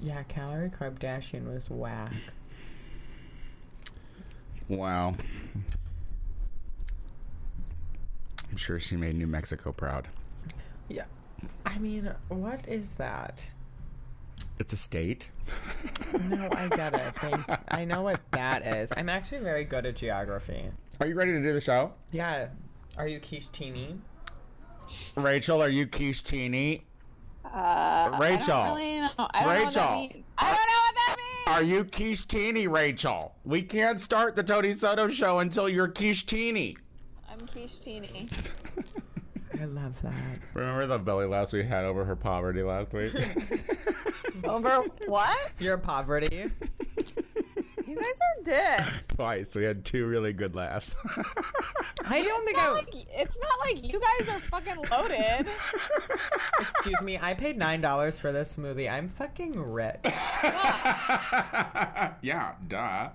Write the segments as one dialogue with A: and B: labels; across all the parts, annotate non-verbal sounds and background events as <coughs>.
A: Yeah, Calorie Kardashian was whack.
B: Wow. I'm sure she made New Mexico proud.
A: Yeah. I mean, what is that?
B: It's a state.
A: No, I get it. Thank, I know what that is. I'm actually very good at geography.
B: Are you ready to do the show?
A: Yeah. Are you quiche teeny?
B: Rachel, are you quiche teeny?
C: Uh,
B: Rachel.
C: I don't really know. I don't know what that
B: Rachel.
C: means. I don't know what that means.
B: Are you quiche teeny, Rachel? We can't start the Tony Soto show until you're quiche teeny.
C: I'm Quiche Teeny.
A: I love that.
B: Remember the belly laughs we had over her poverty
A: <laughs>
B: last week?
C: Over what?
A: Your poverty.
C: You guys
B: <laughs>
C: are dicks.
B: Twice. We had two really good laughs. <laughs>
A: I don't
C: It's
A: think
C: not,
A: I.
C: like, it's not like you guys are fucking loaded.
A: <laughs> Excuse me. I paid nine dollars for this smoothie. I'm fucking rich.
B: <laughs> yeah, duh.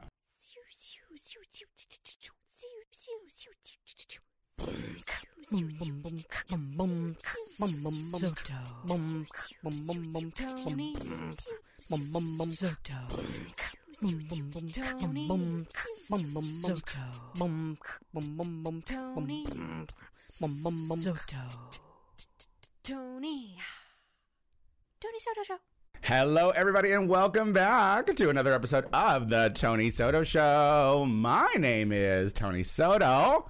D: Tony. Tony Soto Show.
B: Hello, everybody, and welcome back to another episode of The Tony Soto Show. My name is Tony Soto.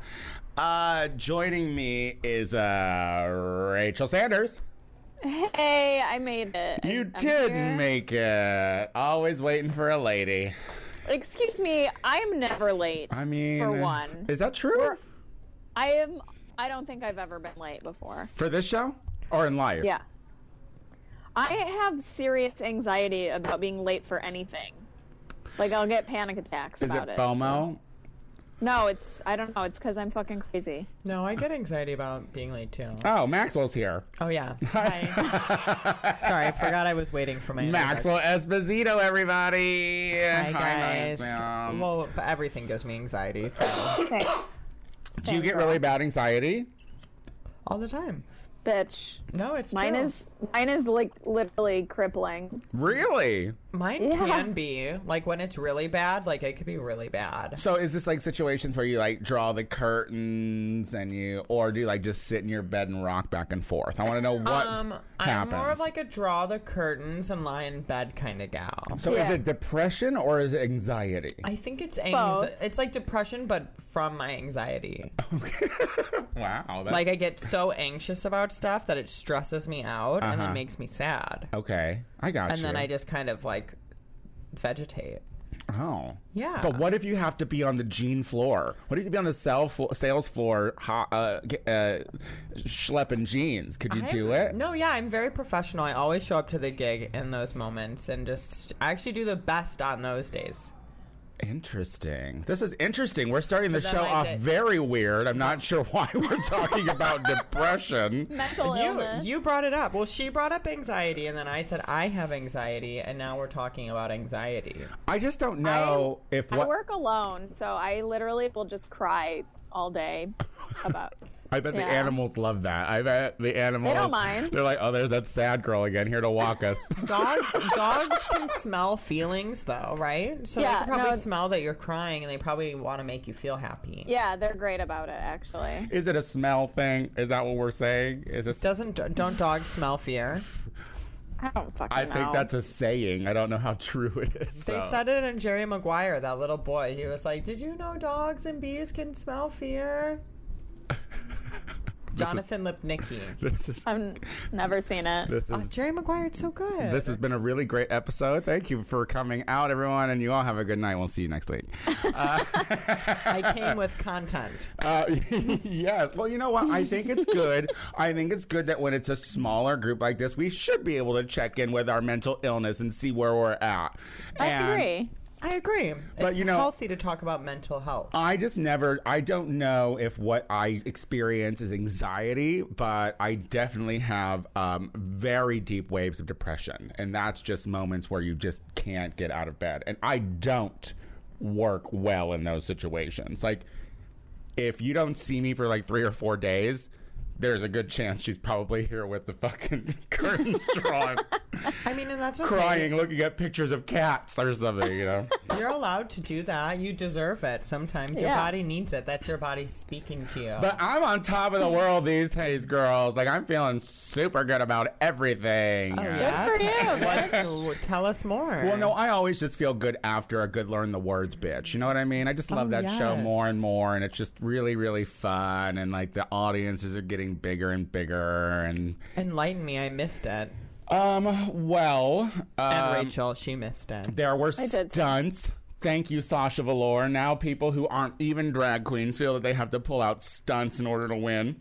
B: Uh, joining me is uh, Rachel Sanders.
C: <laughs> Hey, I made it.
B: You
C: I'm
B: did
C: here.
B: make it. Always waiting for a lady.
C: Excuse me, I am never late.
B: I mean,
C: for one,
B: is that true?
C: I am. I don't think I've ever been late before.
B: for this show or in life?
C: Yeah. I have serious anxiety about being late for anything. Like I'll get panic attacks
B: Is
C: about
B: it
C: it.
B: FOMO?
C: No, it's I don't know. It's because I'm fucking crazy.
A: No, I get anxiety about being late too.
B: Oh, Maxwell's here.
A: Oh yeah. <laughs> Hi. Sorry, I forgot I was waiting for my introduction.
B: Maxwell Esposito, everybody.
A: Hi guys.
B: Maxwell.
A: well, everything gives me anxiety so.
C: Same.
B: Do you
C: Same
B: get
C: girl.
B: really bad anxiety?
A: all the time.
C: bitch?
A: No, it's
C: Mine
A: true.
C: is mine is like literally crippling.
B: Really?
A: Mine
C: Yeah.
A: can be like when it's really bad. Like it could be really bad.
B: So is this like situations where you like draw the curtains and you, or do you like just sit in your bed and rock back and forth? I want to know what
A: Um,
B: happens.
A: I'm more of like a draw the curtains and lie in bed kind of gal.
B: so is
C: Yeah.
B: it depression or is it anxiety?
A: I think it's
C: Both.
A: anxiety. It's like depression, but from my anxiety.
B: wow. That's,
A: Like I get so anxious about stuff that it stresses me out and
B: Uh-huh.
A: then makes me sad,
B: okay, I got
A: and
B: you.
A: then I just kind of like vegetate.
B: oh.
A: Yeah.
B: But what if you have to be on the gene floor? What if you be on the sell flo- sales floor, ho- uh, g- uh, schlepping jeans? Could you
A: I-
B: do it?
A: No, yeah, I'm very professional. I always show up to the gig in those moments and just I actually do the best on those days.
B: Interesting. This is interesting. We're starting the
A: But then
B: show
A: I
B: off
A: did-
B: very weird. I'm not sure why <laughs> we're talking about depression.
C: Mental
A: You,
C: illness.
A: you brought it up. Well, she brought up anxiety, and then I said I have anxiety, and now we're talking about anxiety.
B: I just don't know if
C: I
B: what
C: work alone, so I literally will just cry all day
B: <laughs>
C: about.
B: I bet
C: yeah.
B: the animals love that. I bet the animals
C: mind.
B: They're like, oh, there's that sad girl again here to walk
A: <laughs>
B: us.
C: <laughs>
A: Dogs, dogs can smell feelings, though, right? So they
C: Yeah,
A: can probably
C: no.
A: smell that you're crying, and they probably want to make you feel happy.
C: yeah, they're great about it actually.
B: is it a smell thing? Is that what we're saying? Is this?
A: Doesn't don't dogs smell fear?
C: I don't fucking
B: I
C: know.
B: think that's a saying. I don't know how true it is.
A: They
B: though.
A: said it in Jerry Maguire, that little boy. He was like, "Did you know dogs and bees can smell fear?" Jonathan Lipnicki.
B: <laughs> this is
C: I've never seen it.
B: this
A: Oh,
B: is
A: Jerry Maguire, it's so good.
B: This has been a really great episode. Thank you for coming out, everyone, and you all have a good night. We'll see you next
A: <laughs>
B: week. <laughs>
A: I came with content.
B: Uh, <laughs> yes. Well, you know what? I think it's good. I think it's good that when it's a smaller group like this, we should be able to check in with our mental illness and see where we're at.
C: I
B: And
C: agree.
A: I agree.
B: But,
A: it's
B: you know-
A: healthy to talk about mental health.
B: I just never, I don't know if what I experience is anxiety, but I definitely have um, very deep waves of depression. And that's just moments where you just can't get out of bed. And I don't work well in those situations. Like, if you don't see me for like three or four days, there's a good chance she's probably here with the fucking <laughs> curtains drawn.
A: I mean, and that's okay.
B: crying, looking at pictures of cats or something, you know?
A: You're allowed to do that. You deserve it. Sometimes your
C: Yeah.
A: body needs it. That's your body speaking to you.
B: but I'm on top of the world these days, girls. Like, I'm feeling super good about
A: Oh,
B: everything.
C: for you,
A: What's, tell us more.
B: Well, no, I always just feel good after a good learn the words bitch. You know what I mean? I just love
A: Oh,
B: that show
A: yes.
B: more and more, and it's just really, really fun. And like the audiences are getting bigger and bigger. And
A: Enlighten me. I missed it.
B: um, well,
A: And
B: um,
A: Rachel, she missed it.
B: there were
C: did.
B: stunts. Thank you, Sasha Valor. Now people who aren't even drag queens feel that they have to pull out stunts in order to win.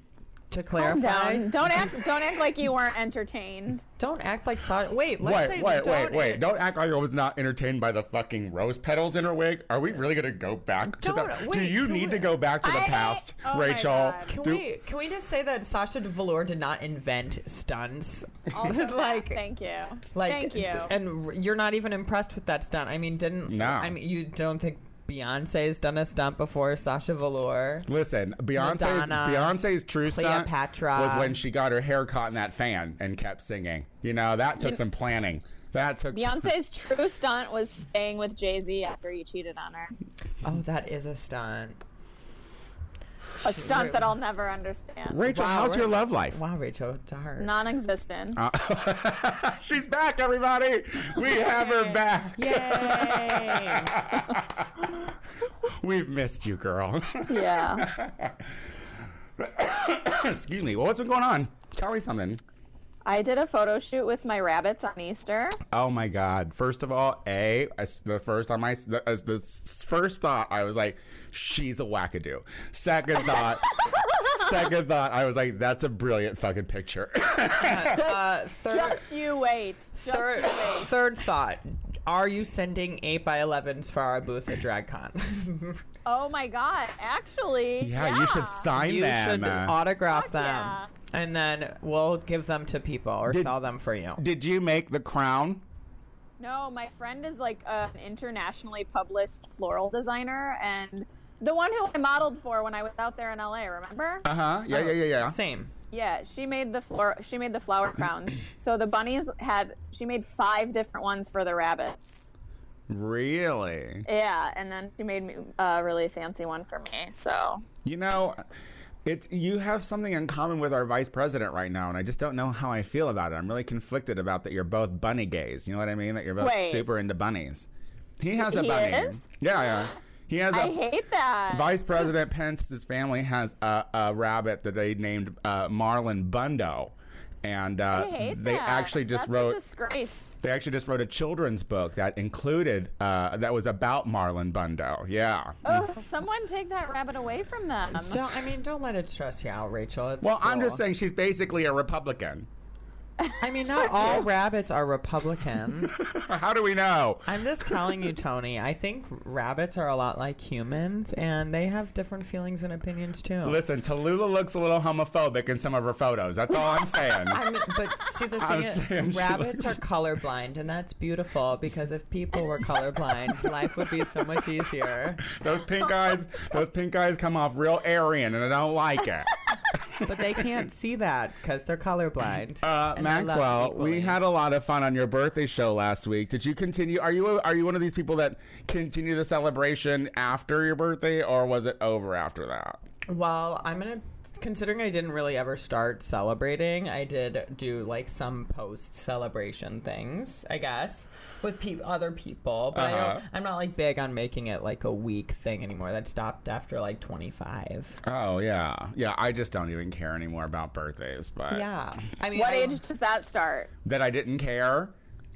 A: To
C: Calm
A: clarify,
C: down. Don't act. Don't act like you weren't
B: <laughs>
C: entertained.
A: don't act like Sasha. Wait, let's say
B: wait, wait,
A: don't
B: wait, wait! Don't act like I was not entertained by the fucking rose petals in her wig. Are we really gonna go back to
A: Don't-
B: the? do
A: wait,
B: you
A: can
B: need
A: we-
B: to go back to the
C: I-
B: past,
C: oh my
B: Rachel?
C: God.
A: Can
B: Do-
A: we can we just say that Sasha Velour did not invent stunts?
C: <laughs>
A: <laughs>
C: Also,
A: Like-
C: like, thank you.
A: Like,
C: thank you.
A: And r- you're not even impressed with that stunt. I mean, didn't
B: No.
A: I mean, you don't think Beyonce's done a stunt before Sasha Velour?
B: Listen, Beyonce's
A: Madonna,
B: Beyonce's true
A: Cleopatra.
B: stunt was when she got her hair caught in that fan and kept singing. You know that took some planning. That took some-
C: Beyonce's true stunt was staying with Jay Z after he cheated on her.
A: Oh, that is a stunt.
C: A stunt that I'll never understand.
B: Rachel,
A: Wow,
B: how's your
A: Ra-
B: love life?
A: Wow, Rachel, dark.
C: Non existent.
B: <laughs> Uh. She's back, everybody. We have her back.
D: Yay!
B: We've missed you, girl. <laughs>
C: yeah.
B: Excuse me. Well, what's been going on? Tell me something.
C: I did a photo shoot with my rabbits on Easter.
B: Oh my God! First of all, a as the first on my the, as the s- first thought, I was like, she's a wackadoo. Second thought, second thought, I was like, that's a brilliant fucking picture. <laughs>
A: Uh, third,
C: Just you wait. Just
A: third,
C: you wait.
A: third thought. Are you sending 8 by 11s for our booth at
B: <laughs>
A: DragCon?
C: Oh my god. Actually.
B: yeah, you should sign
A: you
B: them.
A: should autograph
C: Fuck
A: them.
C: yeah.
A: And then we'll give them to people or
B: Did-
A: sell them for you.
B: Did you make the crown?
C: No, my friend is like an internationally published floral designer and the one who I modeled for when I was out there in LA, remember?
B: Uh huh. Yeah, yeah, yeah, yeah.
A: Oh. Same.
C: Yeah, she made the floor she made
B: <clears throat>
C: the flower crowns. so the bunnies had she made five different ones for the rabbits.
B: Really?
C: Yeah, and then she made me a really fancy one for me. So
B: You know, it's you have something in common with our vice president right now, and I just don't know how I feel about it. I'm really conflicted about that. You're both bunny gays. You know what I mean? That you're both
C: Wait.
B: super into bunnies. He has a
C: He
B: bunny.
C: is?
B: Yeah, yeah. He has a
C: I hate that. <laughs>
B: Vice President Pence's family has a, a rabbit that they named uh, Marlon Bundo, and uh,
C: I hate
B: they
C: that.
B: actually just
C: That's
B: wrote
C: a disgrace.
B: they actually just wrote a children's book that included uh, that was about Marlon Bundo.
C: Oh,
B: Yeah.
C: Ugh, someone take that rabbit away from them.
A: So I mean, don't let it stress you out, Rachel. It's
B: Well, I'm just
A: cool.
B: saying she's basically a Republican.
A: I
B: <laughs>
A: mean, not all rabbits are Republicans.
B: How do we know?
A: I'm just telling you, Tony. I think rabbits are a lot like humans, and they have different feelings and opinions too.
B: Listen, Tallulah looks a little homophobic in some of her photos. That's all I'm
A: <laughs>
B: saying.
A: I mean, but see,
B: <laughs>
A: the
B: I'm
A: thing
B: saying
A: is,
B: she
A: rabbits are
B: <laughs> looks-
A: colorblind, and that's beautiful because if people were colorblind, life would be so much easier.
B: those pink eyes, those pink eyes come off real Aryan, and I don't like
A: <laughs>
B: it.
A: But they
B: <laughs>
A: can't see that because they're colorblind.
B: Uh,
A: and they're loved
B: Maxwell, we
A: equally.
B: had a lot of fun on your birthday show last week. Did you continue? Are you are you one of these people that continue the celebration after your birthday, or was it over after that?
A: Oh. Well, I'm gonna considering I didn't really ever start celebrating. I did do like some post celebration things, I guess, with peop other people. But I
B: Uh-huh.
A: don't, I'm not like big on making it like a week thing anymore. That stopped after like 25.
B: Oh yeah, yeah. I just don't even care anymore about birthdays, but
A: Yeah, I mean,
C: What
A: I,
C: age does that start?
B: that I didn't care.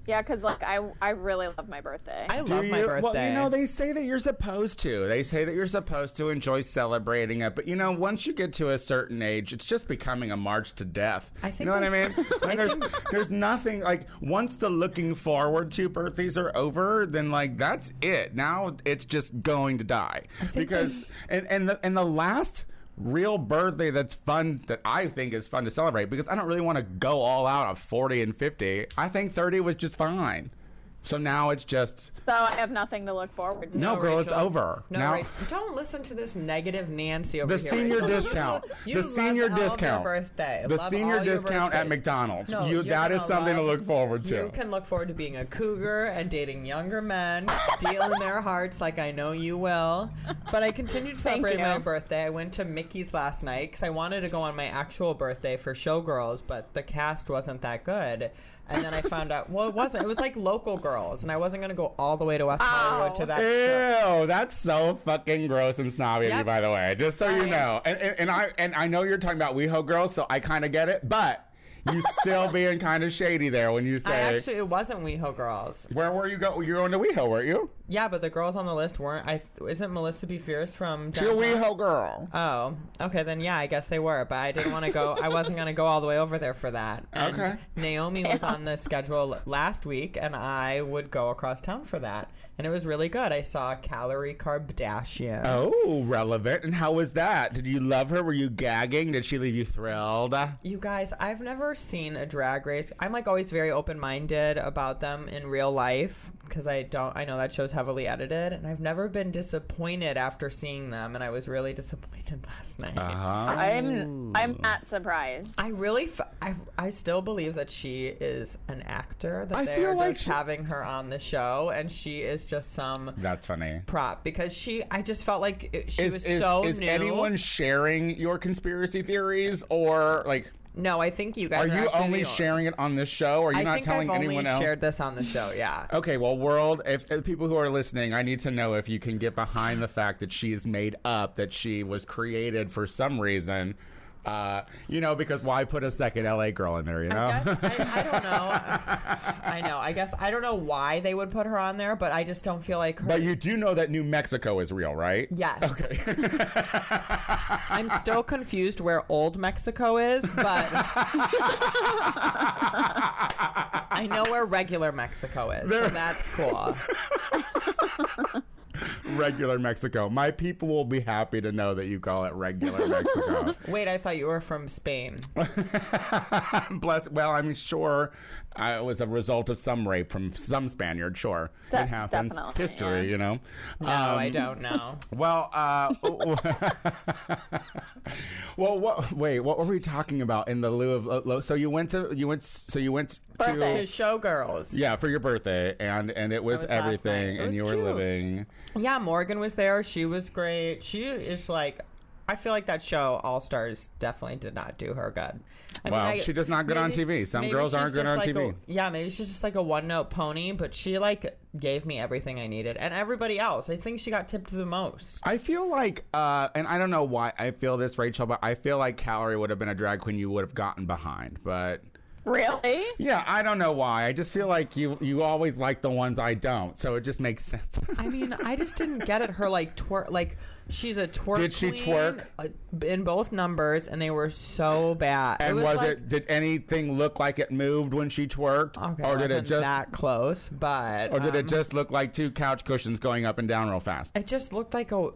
C: Yeah, because like I, I really love my birthday.
A: I love my
B: you-
A: birthday.
B: Well, you know, they say that you're supposed to. They say that you're supposed to enjoy celebrating it. But you know, once you get to a certain age, it's just becoming a march to death.
A: I think
B: you know what I
A: they- <laughs>
B: mean? Like, there's there's nothing like once the looking forward to birthdays are over, then like that's it. Now it's just going to die because and and the, and the last. Real birthday that's fun that I think is fun to celebrate because I don't really want to go all out of 40 and 50. I think 30 was just fine. So now it's just
C: So I have nothing to look forward to.
B: no,
A: No,
B: girl, it's
A: Rachel.
B: over.
A: No,
B: now
A: Rach- don't listen to this negative Nancy over
B: the
A: here.
B: senior
A: Rachel.
B: discount,
A: You
B: the
A: love
B: senior
A: all of your
B: discount,
A: birthday.
B: the
A: Love
B: senior
A: all your
B: discount at
A: birthdays.
B: McDonald's.
A: No,
B: you
A: you're
B: that is
A: gonna
B: something to
A: love-
B: look forward to.
A: You can look forward to being a cougar and dating younger men, stealing their hearts like I know you will. But I continued
C: <laughs> Thank
A: celebrating my
C: you.
A: birthday. I went to Mickey's last night because I wanted to go on my actual birthday for Showgirls, but the cast wasn't that good. And then I found out, well, it wasn't. It was like local girls, and I wasn't going to go all the way to West Hollywood to that show.
B: Ew, that's so fucking gross and snobby of you,
A: Yep.
B: by the way. Just so you know, and, and, and I and I know you're talking about WeHo girls, so I kind of get it, but
A: <laughs>
B: you still being kind of shady there when you
A: I
B: say,
A: actually, it wasn't WeHo girls.
B: "Where were you go? You were going to WeHo, weren't you?"
A: Yeah, but the girls on the list weren't. I isn't Melissa B. Fierce from
B: You're a
A: downtown?
B: WeHo girl.
A: Oh, okay. Then yeah, I guess they were, but I didn't want to go. I wasn't going to go all the way over there for
B: <laughs>
A: that. And
B: Okay.
A: Naomi was on the schedule l- last week, and I would go across town for that, and it was really good. I saw Calorie Kardashian.
B: Oh, relevant. And how was that? Did you love her? Were you gagging? Did she leave you thrilled? Uh-huh.
A: You guys, I've never seen a drag race. I'm like always very open minded about them in real life because I don't, I know that show's heavily edited, and I've never been disappointed after seeing them, and I was really <laughs> disappointed last night.
B: Uh-huh.
C: I'm I'm not surprised.
A: I really, f- I, I still believe that she is an actor. That
B: I
A: they're
B: feel like
A: just
B: she-
A: having her on the show, and she is just some
B: That's funny.
A: prop because she. I just felt like it, she
B: is
A: was
B: is,
A: so
B: is
A: new.
B: anyone sharing your conspiracy theories or like
A: No, I think you
B: are
A: guys are,
B: you
A: actually
B: only
A: the-
B: sharing it on this show? Are you
A: I
B: not
A: think
B: telling
A: I've only
B: anyone else?
A: shared this on the show.
B: <laughs>
A: Yeah.
B: Okay, well, world, if, if people who are listening, I need to know if you can get behind the fact that she is made up, that she was created for some reason. Uh, you know, because why put a second LA girl in there? You know, <laughs>
A: I, guess, I, I don't know. I know. I guess I don't know why they would put her on there, but I just don't feel like her.
B: but you do know that New Mexico is real, right?
A: yes.
B: Okay.
A: <laughs> I'm still confused where old Mexico is, but <laughs> I know where regular Mexico is. So that's cool.
B: regular Mexico. My people will be happy to know that you call it
A: <laughs>
B: regular Mexico.
A: Wait, I thought you were from Spain. Oh,
B: <laughs> Bless. Well, I'm sure uh, it was a result of some rape from some Spaniard. Sure,
C: De-
B: it happens.
C: definitely,
B: History,
C: yeah.
B: you know. Um,
A: No, I don't know.
B: Well,
C: <laughs>
B: uh, <laughs> well, what? Wait, what were we talking about in the lieu of? Uh, lo- so you went to you went so you went
A: To
B: to
C: Birthday.
A: showgirls.
B: yeah for your birthday and and it was,
A: was last
B: everything
A: night. It
B: and
A: was
B: you were
A: cute.
B: living.
A: Yeah, Morgan was there. She was great. She is like, I feel like that show All Stars definitely did not do her good. I
B: Wow,
A: I-
B: she does not good on TV. Some
A: maybe
B: girls
A: she's
B: aren't good
A: just
B: on
A: like a-
B: TV.
A: yeah, maybe she's just like a one note pony, but she like gave me everything I needed and everybody else. I think she got tipped the most.
B: I feel like, uh, and I don't know why I feel this, Rachel, but I feel like Calorie would have been a drag queen you would have gotten behind. But
C: really?
B: yeah, I don't know why. I just feel like you you always like the ones I don't, so it just makes sense. <laughs>
A: I mean, I just didn't get it. Her like twerk, like she's a twerk.
B: Did she
A: queen,
B: twerk?
A: uh, in both numbers? And they were so bad.
B: and was,
A: like-
B: it? Did anything look like it moved when she twerked,
A: Okay,
B: or did it
A: wasn't
B: just,
A: that close? But
B: or did
A: um,
B: it just look like two couch cushions going up and down real fast?
A: It just looked like a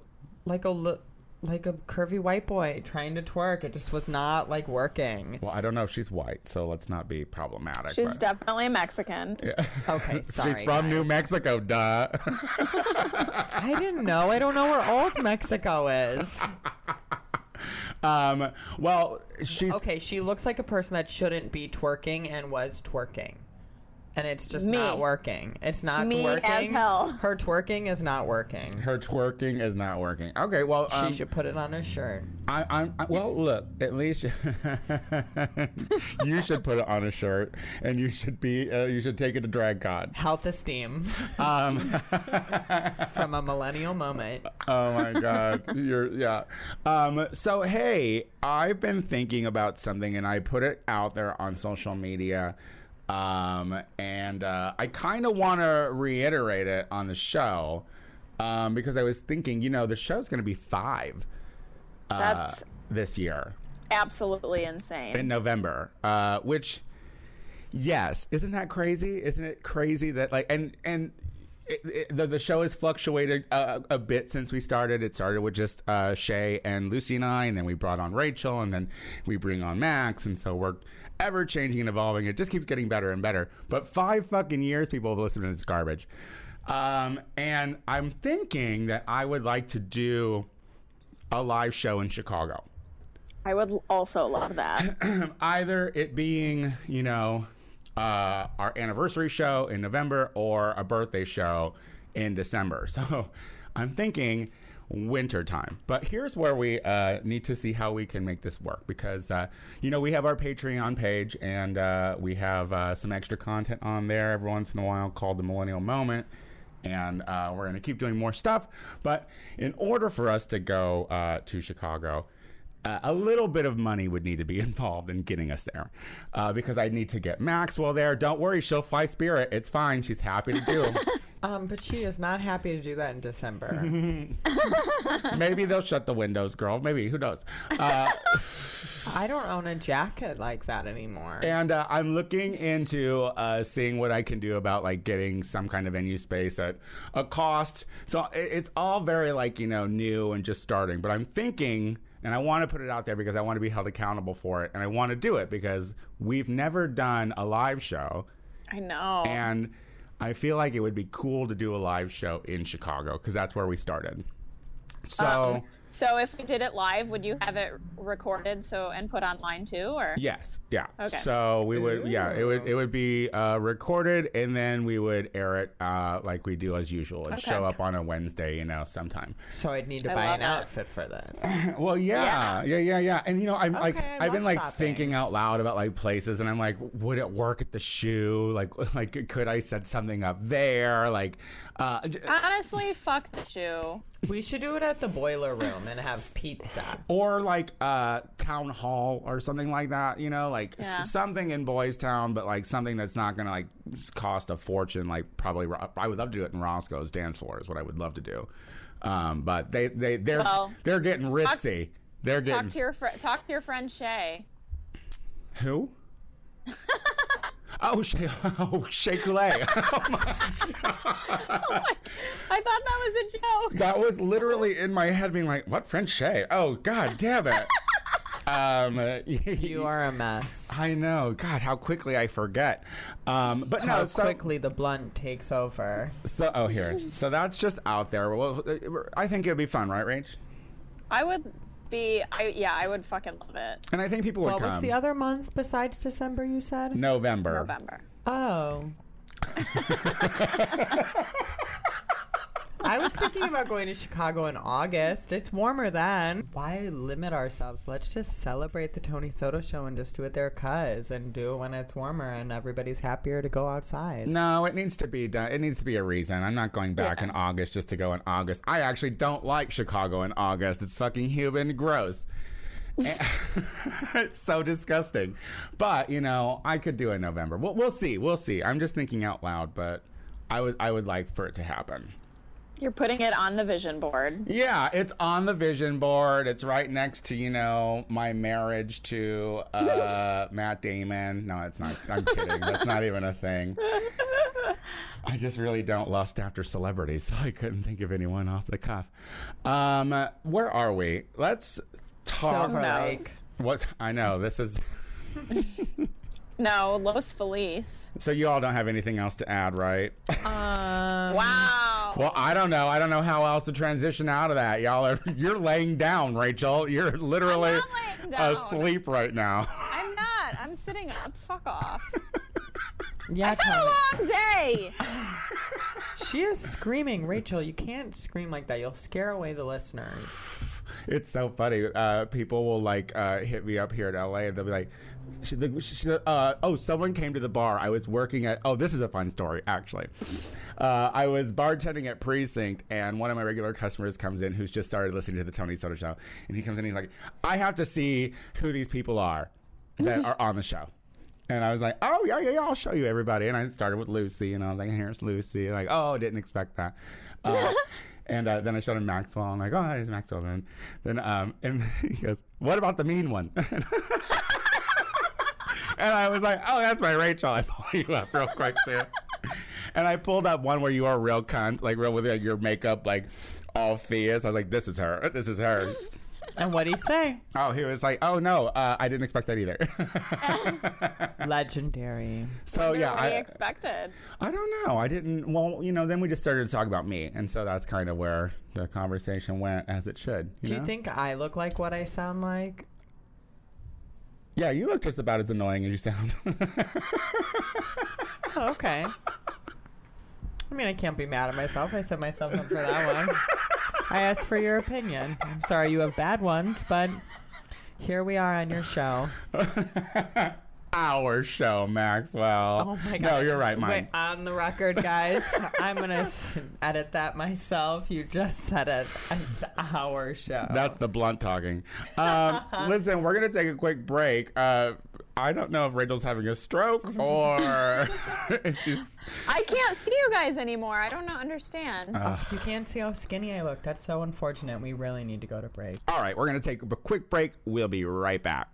A: like a li- like a curvy white boy trying to twerk. It just was not like working.
B: Well, I don't know. She's white, so let's not be problematic.
C: She's
B: but-
C: definitely Mexican.
A: <laughs> Okay, sorry.
B: <laughs> She's from New
A: guys.
B: Mexico, duh. <laughs>
A: I didn't know. I don't know where <laughs> old Mexico is.
B: um, well, she's
A: Okay, she looks like a person that shouldn't be twerking and was twerking. And it's just
C: Me.
A: not working. It's not
C: Me as
A: working.
C: hell.
A: Her twerking is not working.
B: her twerking is not working. Okay, well, um,
A: she should put it on a shirt.
B: I, I'm I, well. Look, at least <laughs> you should put it on a shirt, and you should be uh, you should take it to DragCon.
A: Health esteem
B: Um, <laughs>
A: from a millennial moment.
B: oh my god, you're yeah. Um, so hey, I've been thinking about something, and I put it out there on social media. Um, and uh, I kind of want to reiterate it on the show um, because I was thinking, you know, the show's going to be five uh,
C: That's
B: this year.
C: absolutely insane.
B: in November, uh, which yes, isn't that crazy? Isn't it crazy that like and and it, it- the, the show has fluctuated a, a bit since we started. It started with just uh, Shay and Lucy and I, and then we brought on Rachel, and then we bring on Max, and so we're ever changing and evolving. It just keeps getting better and better. But five fucking years people have listened to this garbage. Um, and I'm thinking that I would like to do a live show in Chicago.
C: I would also love that.
B: <laughs> <clears throat> either it being you know uh, our anniversary show in November or a birthday show in December. <laughs> So I'm thinking winter time. But here's where we uh, need to see how we can make this work because uh, you know we have our Patreon page and uh, we have uh, some extra content on there every once in a while called the Millennial Moment and uh, we're going to keep doing more stuff. But in order for us to go uh, to Chicago, uh, a little bit of money would need to be <laughs> involved in getting us there uh, because I need to get Maxwell there. Don't worry, she'll fly Spirit. It's fine. She's happy to do.
A: Um, but she is not happy to do that in December.
B: Maybe they'll shut the windows, girl. Maybe who knows? Uh,
A: I don't own a jacket like that anymore.
B: and uh, I'm looking into uh, seeing what I can do about like getting some kind of venue space at a cost. So i- it's all very like you know new and just starting. But I'm thinking, and I want to put it out there because I want to be held accountable for it, and I want to do it because we've never done a live show,
C: I know.
B: and I feel like it would be cool to do a live show in Chicago because that's where we started. So.
A: Uh,
C: so if we did it live, would you have it recorded so and put online too, or
B: Yes. Yeah.
C: Okay.
B: So we would. Yeah. It would. It would be uh, recorded, and then we would air it uh, like we do as usual. It'd show up on a Wednesday, you know, sometime.
A: so I'd need to
C: I
A: buy
C: love
A: an
C: it.
A: outfit for this.
B: <laughs>
C: <laughs>
B: Well, yeah, yeah, yeah, yeah. And you know, I'm like,
A: Okay, I
B: I've been
A: love
B: like
A: shopping.
B: thinking out loud about like places, and I'm like, would it work at the shoe? Like, <laughs> like could I set something up there? Like, uh, j-
C: honestly, fuck the shoe.
A: We should do it at the boiler room and have pizza.
B: or like uh, town hall or something like that. You know, like
C: Yeah.
B: s- something in Boys Town, but like something that's not gonna like s- cost a fortune. Like probably, Ro- I would love to do it in Roscoe's dance floor is what I would love to do. Um, but they they they're
C: Well,
B: they're getting ritzy. they're
C: Talk
B: getting
C: to your fr- talk to your friend Shay.
B: who? oh, Shay, oh, Shay Coulee. <laughs> Oh
C: I thought that was a joke.
B: that was literally in my head, being like, "What French Shay? Oh, god damn
C: <laughs>
B: it." Um, <laughs>
A: You are a mess.
C: Uh,
B: I know. God, how quickly I forget. Um, but no,
A: How
B: so,
A: quickly the blunt takes over.
B: so oh here. So that's just out there. Well, I think it'd be fun, right, Rach?
C: I would be. I yeah, I would fucking love it.
B: And I think people would
A: What
B: come.
A: was the
C: um,
A: other month besides December? You said.
B: November.
C: November.
A: Oh. I was thinking about going to Chicago in August. It's warmer then. Why limit ourselves? Let's just celebrate the Tony Soto show and just do it there, cuz, and do it when it's warmer and everybody's happier to go outside.
B: <laughs> No, it needs to be done. It needs to be a reason. I'm not going back in August just to go in August. I actually don't like Chicago in August. It's fucking humid and gross. <laughs> And- it's so disgusting. But, you know, I could do it in November. We'll, we'll see. We'll see. I'm just thinking out loud, but I would I would like for it to happen.
C: You're putting it on the vision board.
B: Yeah, it's on the vision board. It's right next to you know my marriage to uh, Matt Damon. No, it's not. I'm kidding. That's not even a thing. I just really don't lust after celebrities, so I couldn't think of anyone off the cuff. Um, where are we? Let's talk.
A: Silver
C: knows?
A: Lake.
B: What I know this is.
C: No, Los Feliz.
B: So you all don't have anything else to add, right?
A: Um,
C: Wow.
B: Mm-hmm. Well, I don't know. I don't know how else to transition out of that. Y'all are <laughs> you're laying down, Rachel. You're literally
C: I'm not laying down.
B: asleep right now. <laughs>
C: I'm not. I'm sitting up. Fuck off.
A: yeah,
C: Had
A: Tony.
C: a long day.
A: She is screaming, Rachel. You can't scream like that. You'll scare away the listeners.
B: It's so funny. Uh, people will like uh, hit me up here in LA, and they'll be like, she, the, she, uh, "Oh, someone came to the bar. I was working at. Oh, this is a fun story, actually. Uh, I was bartending at Precinct, and one of my regular customers comes in who's just started listening to the Tony Soto show, and he comes in, and he's like, "I have to see who these people are that are on the show." And I was like, oh, yeah, yeah, yeah, I'll show you everybody. And I started with Lucy, and I was like, here's Lucy. And like, oh, didn't expect that. Uh, and uh, then I showed him Maxwell, and like, oh, here's Maxwell. And then um, and <laughs> he goes, what about the mean one? <laughs> and I was like, oh, that's my Rachel. I pulled you up real quick, too. And I pulled up one where you are real cunt, like real with like, your makeup, like all fierce. I was like, this is her. This is her.
A: And what'd he say?
B: oh, he was like, oh no, uh, I didn't expect that either. <laughs>
A: Legendary.
B: so Oh, yeah,
C: what I,
B: I,
C: expected.
B: I don't know. I didn't. Well, you know, then we just started to talk about me, and so that's kind of where the conversation went, as it should. You
A: Do you
B: know?
A: think I look like what I sound like?
B: Yeah, you look just about as annoying as you sound. <laughs>
A: Oh, okay. I mean, I can't be mad at myself. I set myself up for that one. I asked for your opinion. I'm sorry you have bad ones, but here we are on your show.
B: Our show, Maxwell.
A: Oh my god.
B: No, you're right, mine.
A: Wait, on the record, guys, I'm gonna s- edit that myself. You just said it. It's our show.
B: That's the blunt talking. Um,
A: <laughs>
B: listen, we're going to take a quick break. Uh, I don't know if Rachel's having a
A: <laughs>
B: stroke or <laughs> if she's.
C: I can't see you guys anymore. I don't know, understand.
B: Uh.
A: you can't see how skinny I look. That's so unfortunate. We really need to go to break.
B: All right, we're going to take a quick break. We'll be right back.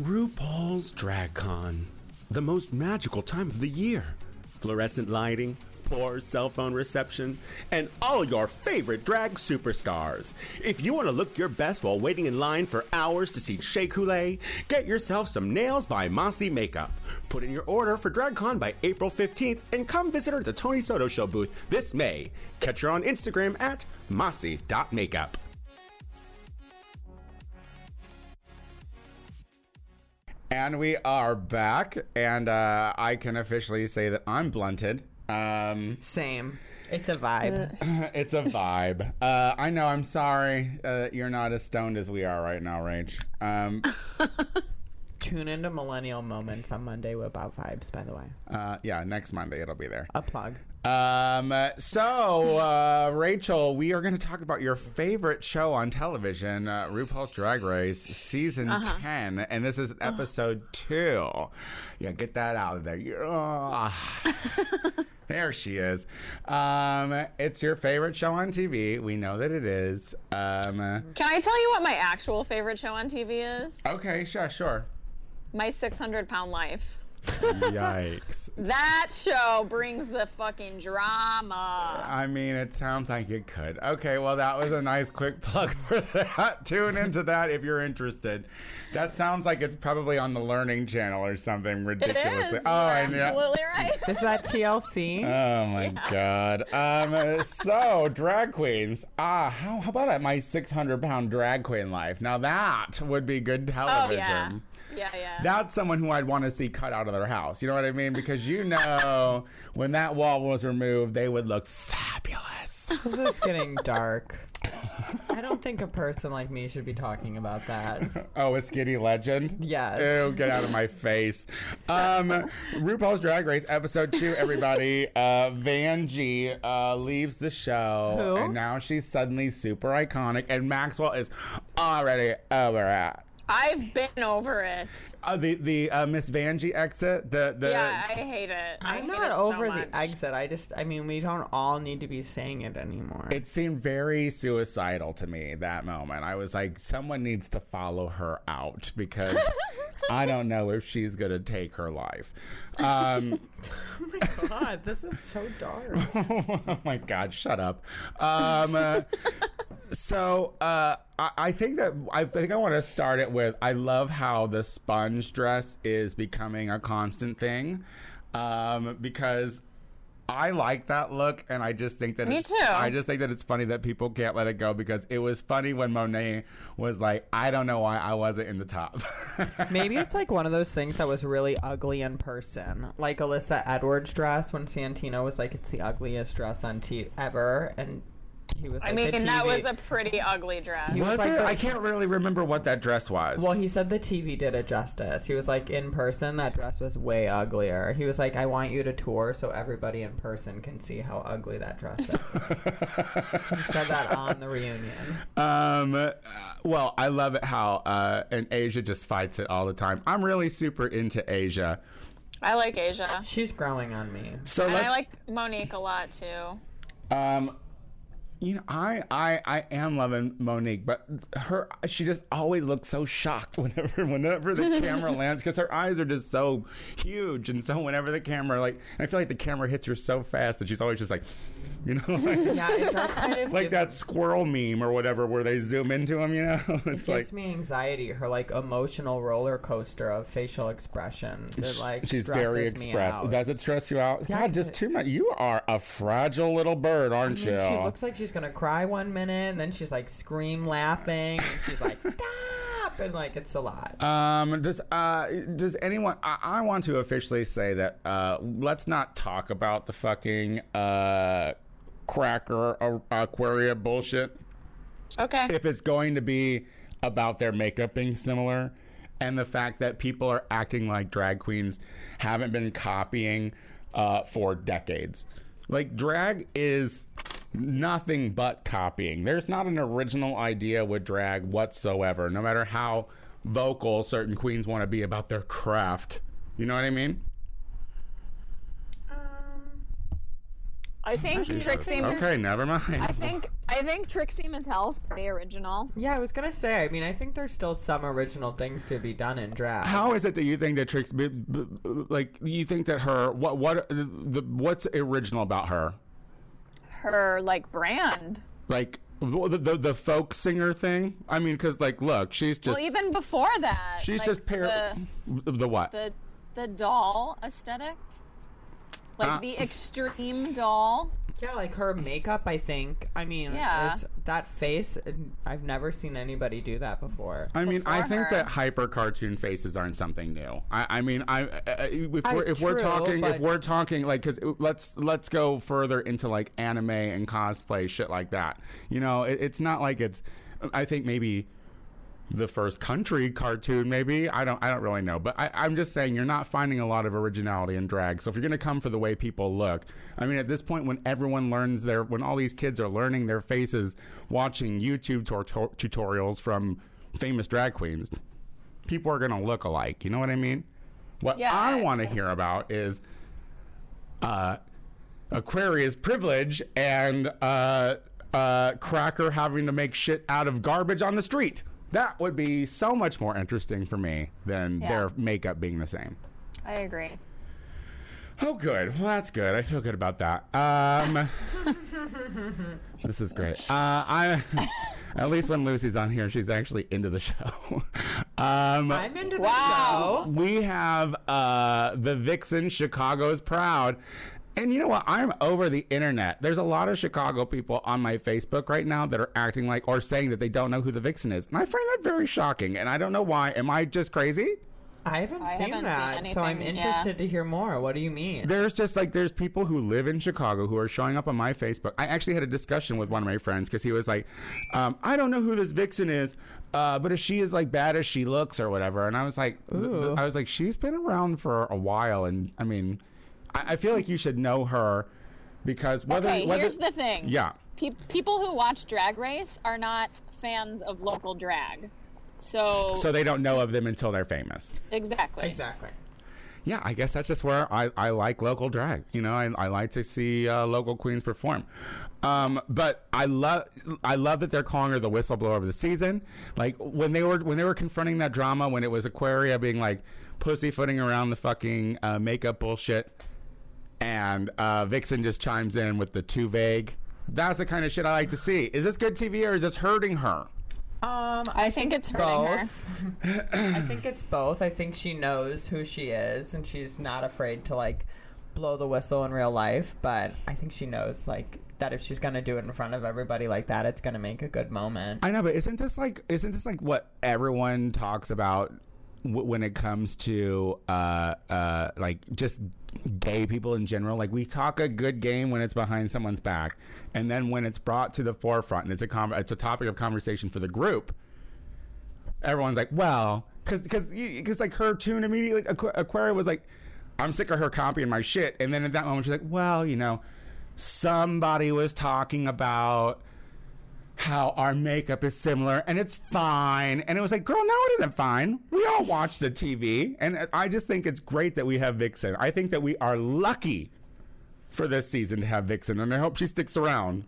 E: RuPaul's Drag Con, the most magical time of the year. Fluorescent lighting, poor cell phone reception,
B: And all your favorite drag superstars.
E: If you want to look your best while waiting in line for hours to see Shea Coulee, get yourself some nails by Mossy Makeup. Put in your order for DragCon by April 15th and come visit her at the Tony Soto Show booth this May. Catch her on Instagram at mossy.makeup.
B: And we are back, and uh, I can officially say that I'm blunted. Um, <laughs>
A: Same. It's a vibe.
B: it's a vibe. Uh, I know. I'm sorry uh, that you're not as stoned as we are right now, Rach. Um, <laughs>
A: Tune into Millennial Moments on Monday about vibes, by the way.
B: uh, yeah, next Monday it'll be there.
A: A plug.
B: Um, uh, so, uh, Rachel, we are going to talk about your favorite show on television, uh, RuPaul's Drag Race, season 10. And this is episode two. Yeah, get that out of there. Yeah. there she is. Um, it's your favorite show on TV. We know that it is. Um,
C: Can I tell you what my actual favorite show on TV is?
B: okay, sure, sure.
C: My 600 Pound Life.
B: Yikes.
C: That show brings the fucking drama.
B: I mean, it sounds like it could. Okay, well, that was a nice quick <laughs> plug for that. Tune into that if you're interested. That sounds like it's probably on the Learning Channel or something
C: It
B: ridiculous.
C: is. You're
B: Oh, I knew-
C: absolutely right. <laughs>
A: Is that <laughs> TLC?
B: Oh my god. Um, so drag queens. Ah, how, how about at my 600 pound drag queen life? Now that would be good
C: Oh
B: television
C: yeah, yeah, yeah.
B: that's someone who I'd want to see cut out of their house. You know what I mean? Because you know, when that wall was removed, they would look fabulous.
A: This is getting dark. I don't think a person like me should be talking about that.
B: Oh, a skinny legend?
A: Yes.
B: Ew, get out of my face. Um, RuPaul's Drag Race, episode two, everybody. Uh, Van G uh, leaves the show.
A: Who?
B: And now she's suddenly super iconic, and Maxwell is already over it.
C: I've been over it.
B: Uh, the the uh, Miss Vanjie exit, the, the
C: yeah, I hate it. I
A: I'm
C: hate
A: not
C: it so
A: over
C: much.
A: the exit. I just, I mean, we don't all need to be saying it anymore.
B: It seemed very suicidal to me that moment. I was like, someone needs to follow her out because I don't know if she's going to take her life. Um,
A: oh my god, this is so dark.
B: <laughs> oh my God, shut up. Um, uh, <laughs> so uh, I, I think that I think I want to start it with I love how the sponge dress is becoming a constant thing um, because. I like that look, and I just think that
C: Me
B: it's,
C: too.
B: I just think that it's funny that people can't let it go because it was funny when Monet was like, "I don't know why I wasn't in the top." <laughs>
A: Maybe it's like one of those things that was really ugly in person, like Alyssa Edwards' dress when Santino was like, "It's the ugliest dress on t- ever," and he was.
C: I
A: like,
C: mean,
A: the
C: that
A: TV
C: was a pretty ugly dress.
A: was
B: was
A: like
B: it?
A: the-
B: I can't really remember what that dress was.
A: Well, he said the TV did it justice. He was like, in person, that dress was way uglier. He was like, I want you to tour so everybody in person can see how ugly that dress
B: <laughs>
A: is. he said that on the reunion.
B: Um, uh, well, I love it how uh, and Asia just fights it all the time. I'm really super into Asia.
C: I like Asia.
A: She's growing on me.
B: So
C: And I
B: let's,
C: like Monique a lot too.
B: um, You know, I, I I am loving Monique, but her she just always looks so shocked <laughs> whenever whenever the camera lands because her eyes are just so huge, and so whenever the camera like, and I feel like the camera hits her so fast that she's always just like, you know, <laughs> like,
A: Yeah, it does kind of
B: like
A: give-
B: that squirrel meme or whatever where they zoom into him. You know, <laughs> it's like
A: gives me anxiety. Her like emotional roller coaster of facial expressions. It like
B: she's very
A: stresses me
B: expressed.
A: out.
B: Does it stress you out?
A: Yeah,
B: God,
A: 'cause
B: just
A: it-
B: too much. You are a fragile little bird, aren't
A: I mean,
B: you?
A: she looks like she's gonna cry one minute, and then she's like scream laughing. And she's like <laughs> stop, and like it's a lot.
B: Um, does uh, does anyone? I, I want to officially say that uh, let's not talk about the fucking uh, cracker uh, Aquaria bullshit.
F: Okay.
B: If it's going to be about their makeup being similar, and the fact that people are acting like drag queens haven't been copying uh, for decades, like drag is nothing but copying. There's not an original idea with drag whatsoever, no matter how vocal certain queens want to be about their craft. You know what I mean?
F: I think
C: Trixie
B: Okay, never mind.
C: I think I think Trixie Mattel's pretty original.
A: Yeah, I was gonna say. I mean, I think there's still some original things to be done in drag.
B: How is it that you think that Trix, b- b- b- like you think that her what what the, the what's original about her?
C: Her like brand.
B: Like the the, the folk singer thing? I mean, because like look, she's just
C: Well, even before that,
B: she's
C: like,
B: just pair the, what?
C: the, the the doll aesthetic, like
B: Ah.
C: the extreme doll.
A: Yeah, like her makeup. I think. I mean,
C: Yeah.
A: is that face. I've never seen anybody do that before.
B: I mean, I
C: before
B: think
C: her.
B: that hyper cartoon faces aren't something new. I, I mean, I uh, if
A: I-
B: we're if we're
A: true,
B: talking if
A: but-
B: we're talking like because let's let's go further into like anime and cosplay shit like that. You know, it, it's not like it's. I think maybe the first country cartoon maybe i don't i don't really know but I, i'm just saying you're not finding a lot of originality in drag so if you're going to come for the way people look i mean at this point when everyone learns their when all these kids are learning their faces watching youtube tor- tor- tutorials from famous drag queens people are going to look alike you know what i mean what
F: Yeah.
B: i want to hear about is uh Aquarius privilege and uh, uh, Cracker having to make shit out of garbage on the street. That would be so much more interesting for me than
C: Yeah.
B: their makeup being the same.
C: I agree.
B: Oh, good. Well, that's good. I feel good about that. Um, <laughs> this is great. Uh, I, <laughs> at least when Lucy's on here, she's actually into the show. <laughs> Um,
A: I'm into the
F: Wow.
A: show.
B: we have uh, the Vixen Chicago's Proud. And you know what? I'm over the internet. There's a lot of Chicago people on my Facebook right now that are acting like or saying that they don't know who the Vixen is. And I find that very shocking. And I don't know why. Am I just crazy?
A: I haven't
F: I
A: seen
F: haven't seen
A: that, so I'm
F: anything, yeah.
A: interested to hear more. What do you mean?
B: There's just like there's people who live in Chicago who are showing up on my Facebook. I actually had a discussion with one of my friends because he was like, um, "I don't know who this vixen is, uh, but if she is like bad as she looks or whatever," and I was like, th- th-
A: Ooh.
B: "I was like, she's been around for a while, and I mean, I, I feel like you should know her because whether
F: Okay,
B: whether
F: here's the thing.
B: yeah."
C: Pe- people who watch Drag Race are not fans of local drag, so,
B: So they don't know of them until they're famous.
C: exactly.
A: Exactly.
B: Yeah, I guess that's just where I, I like local drag. You know, I, I like to see uh, local queens perform. Um, but I love I love that they're calling her the whistleblower of the season. Like when they were when they were confronting that drama when it was Aquaria being like pussyfooting around the fucking uh, makeup bullshit, and uh, Vixen just chimes in with the too vague. That's the kind of shit I like to see. Is this good TV or is this hurting her?
A: Um,
F: I think it's hurting her.
A: both. I think it's both. I think she knows who she is and she's not afraid to like blow the whistle in real life, but I think she knows like that if she's going to do it in front of everybody like that, it's going to make a good moment.
B: I know, but isn't this like isn't this like what everyone talks about w- when it comes to uh uh like just gay people in general? Like we talk a good game when it's behind someone's back, and then when it's brought to the forefront and it's a com- it's a topic of conversation for the group, everyone's like, well, because because like her tune immediately Aqu- Aquaria was like, I'm sick of her copying my shit, and then at that moment she's like, well, you know, somebody was talking about how our makeup is similar and it's fine. And it was like, girl, no, it isn't fine. We all watch the TV. And I just think it's great that we have Vixen. I think that we are lucky for this season to have Vixen. And I hope she sticks around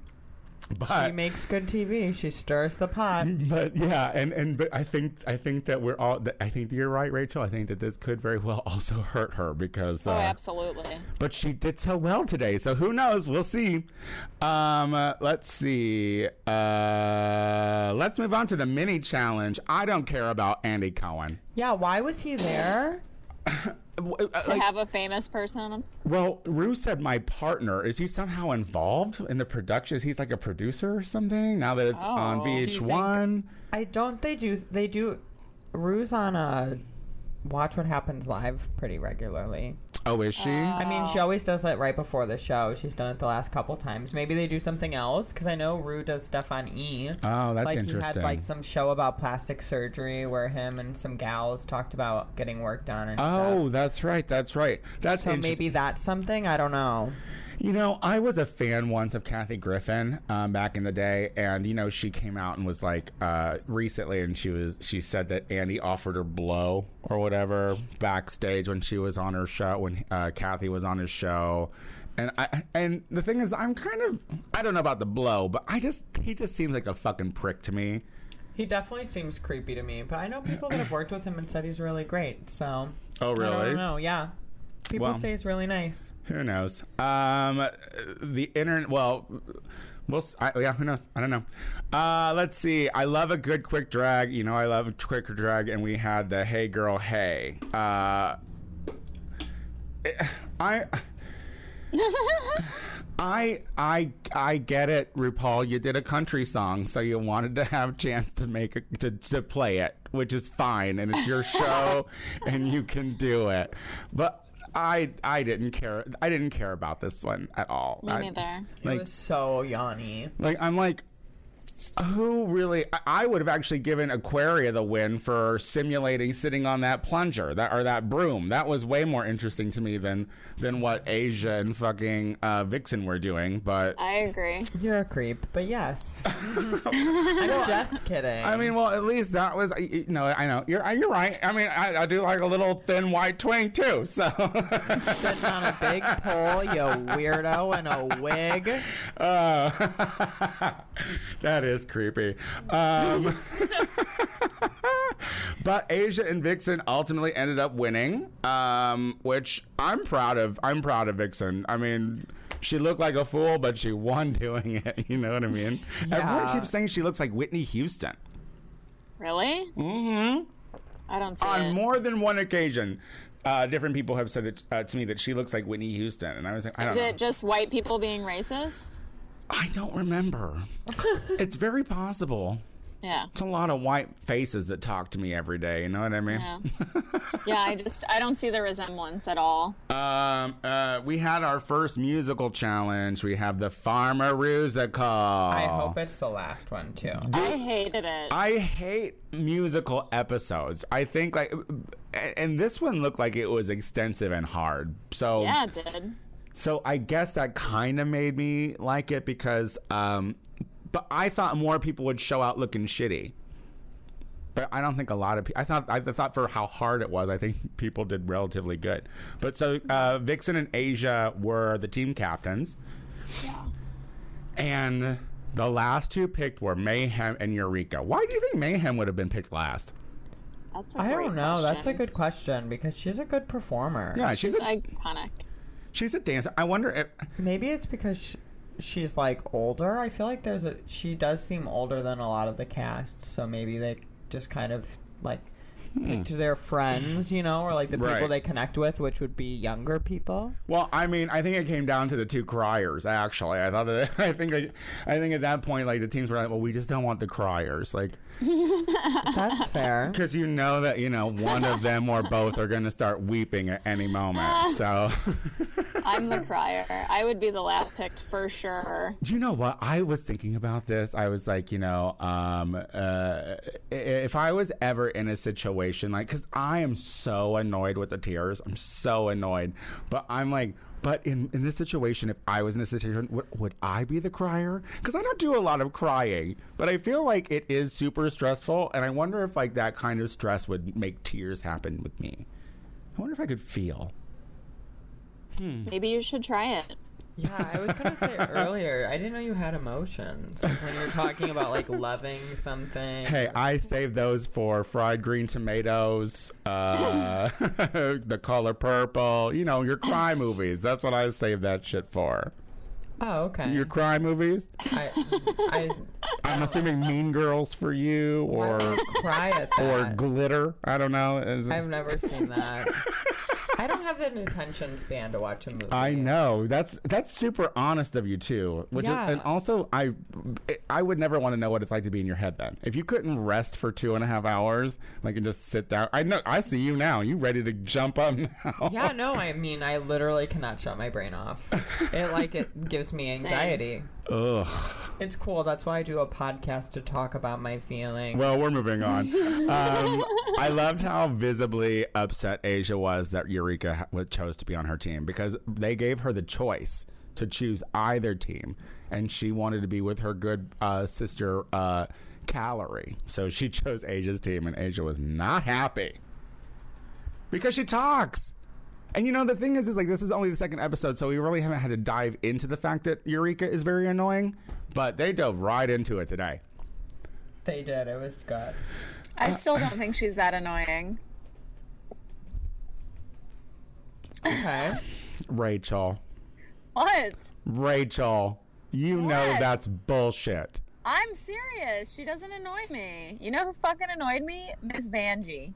B: But
A: she makes good TV. She stirs the pot.
B: but yeah, and and but I think I think that we're all. that- I think that you're right, Rachel. I think that this could very well <laughs> also hurt her because.
F: Oh,
B: uh,
F: absolutely.
B: but she did so well today, so who knows? We'll see. Um, uh, let's see. Uh, let's move on to the mini challenge. I don't care about Andy Cohen.
A: Yeah, why was he there?
B: W- uh,
F: To
B: like-
F: have a famous person. <laughs>
B: well, Rue said my partner. Is he somehow involved in the production? Is he like a producer or something? Now that it's on
F: Oh. Do you
B: VH1.
A: I don't. They do. They do. Rue's on a Watch What Happens Live pretty regularly.
B: Oh, is she?
A: I mean, she always does it right before the show. She's done it the last couple times. Maybe they do something else because I know Rue does stuff on E.
B: oh, that's
A: like
B: interesting.
A: he had like some show about plastic surgery where him and some gals talked about getting work done and
B: Oh,
A: stuff.
B: that's right. That's right. That's
A: So
B: inter-
A: maybe that's something. I don't know.
B: You know, I was a fan once of Kathy Griffin um, back in the day, and you know she came out and was like uh, recently, and she was she said that Andy offered her blow or whatever backstage when she was on her show when uh, Kathy was on his show, and I and the thing is I'm kind of I don't know about the blow, but I just he just seems like a fucking prick to me.
A: He definitely seems creepy to me, but I know people that have worked with him and said he's really great. So
B: Oh
A: I don't know. Yeah, people
B: Well.
A: say he's really nice.
B: Who knows? Um, the internet. Well, we'll. s I yeah, who knows? I don't know. Uh, let's see. I love a good quick drag. You know, I love a quick drag, and we had the "Hey Girl, Hey." Uh, I. I I I get it, RuPaul. You did a country song, so you wanted to have a chance to make a, to to play it, which is fine, and it's
F: <laughs>
B: your show, and you can do it. But I I didn't care. I didn't care about this one at all.
F: Me
B: I-
F: neither.
A: He
B: Like
A: was so Yanni.
B: like I'm like, who really? I, I would have actually given Aquaria the win for simulating sitting on that plunger that or that broom. That was way more interesting to me than than what Asia and fucking uh, Vixen were doing. But
F: I agree.
A: You're a creep, but
B: <laughs>
A: yes. I'm just kidding.
B: I mean, well, at least that was y- y- no. I know you're you're right. I mean, I, I do like a little thin white twing too. So <laughs>
A: sitting on a big pole, you weirdo, in a wig.
B: Uh, <laughs> that is creepy. Um, <laughs> but Asia and Vixen ultimately ended up winning, um, which I'm proud of. I'm proud of Vixen. I mean, she looked like a fool, but she won <laughs> doing it. You know what I mean? Everyone
A: Yeah.
B: keeps saying she looks like Whitney Houston.
F: Really? Mm-hmm. I don't see
B: On
F: it.
B: more than one occasion, uh, different people have said that, uh, to me that she looks like Whitney Houston, and I was like, I don't
F: Is
B: know.
F: it just white people being racist?
B: I
F: <laughs>
B: don't remember. it's very possible.
F: Yeah.
B: It's a lot of white faces that talk to me every day. You know what I mean?
F: Yeah. Yeah, I just I don't see the resemblance at all.
B: <laughs> Um, uh, we had our first musical challenge. We have the Farmer Rusical.
A: I hope it's the last one too.
F: I hated it.
B: I hate musical episodes. I think like, and- and this one looked like it was extensive and hard. So
F: yeah, it did.
B: So I guess that kind of made me like it because, um, but I thought more people would show out looking shitty. But I don't think a lot of people. I thought I thought for how hard it was, I think people did relatively good. But so uh, Vixen and Asia were the team captains, and the last two picked were Mayhem and Eureka. Why do you think Mayhem would have been picked last?
F: That's a
A: I
F: great
A: don't know. That's a
F: question.
A: good question because she's a good performer.
B: Yeah, she's
F: It's
B: a,
F: iconic.
B: she's a dancer. I wonder if
A: Maybe it's because sh she's like older. I feel like there's a she does seem older than a lot of the cast, so maybe they just kind of like picked their friends, you know, or like the
B: Right.
A: people they connect with, which would be younger people.
B: Well, I mean, I think it came down to the two criers. Actually, I thought that <laughs> I think like, I think at that point, like the teams were like, "Well, we just don't want the criers," like
A: That's fair.
B: because you know that you know one of them or both are going to start weeping at any moment. So,
F: I'm the crier. I would be the last picked for sure.
B: do you know what I was thinking about this? I was like, you know, um, uh, i- if I was ever in a situation like, because I am so annoyed with the tears, I'm so annoyed, but I'm like. But in, in this situation, if I was in this situation, would, would I be the crier? Because I don't do a lot of crying, but I feel like it is super stressful, and I wonder if like that kind of stress would make tears happen with me. I wonder if I could feel.
F: Maybe you should try it.
A: Yeah, I was gonna say earlier. I didn't know you had emotions Like, when you're talking about like loving something.
B: Hey, I saved those for fried green tomatoes, uh, <laughs> the color purple, you know, your crime movies. That's what I saved that shit for.
A: Oh, okay.
B: Your crime movies?
A: I, I
B: I'm assuming Mean Girls for you or
A: cry at
B: or
A: that.
B: Glitter. I don't know. Is-
A: I've never seen
B: <laughs>
A: that. I don't have that attention span to watch a movie.
B: I know that's that's super honest of you too, which
A: Yeah.
B: is, and also I I would never want to know what it's like to be in your head then. If you couldn't rest for two and a half hours, like and just sit down, I know I see you now. You ready to jump up now?
A: Yeah, no, I mean, I literally cannot shut my brain off. It like it gives me anxiety.
B: <laughs> Ugh.
A: It's cool. That's why I do a podcast to talk about my feelings.
B: Well, we're moving on. Um, I loved how visibly upset Asia was that Eureka ha- wa- chose to be on her team because they gave her the choice to choose either team, and she wanted to be with her good uh, sister uh, Calorie. So she <laughs> chose Asia's team, and Asia was not happy because she talks. And you know the thing is, is like this is only the second episode, so we really haven't had to dive into the fact that Eureka is very annoying. But they dove right into it today.
A: they did. It was good.
F: I still don't think she's that annoying.
A: Okay.
B: Rachel.
F: What?
B: Rachel, you know
F: What?
B: that's bullshit.
F: I'm serious. She doesn't annoy me. You know who fucking annoyed me? Miss Vanjie.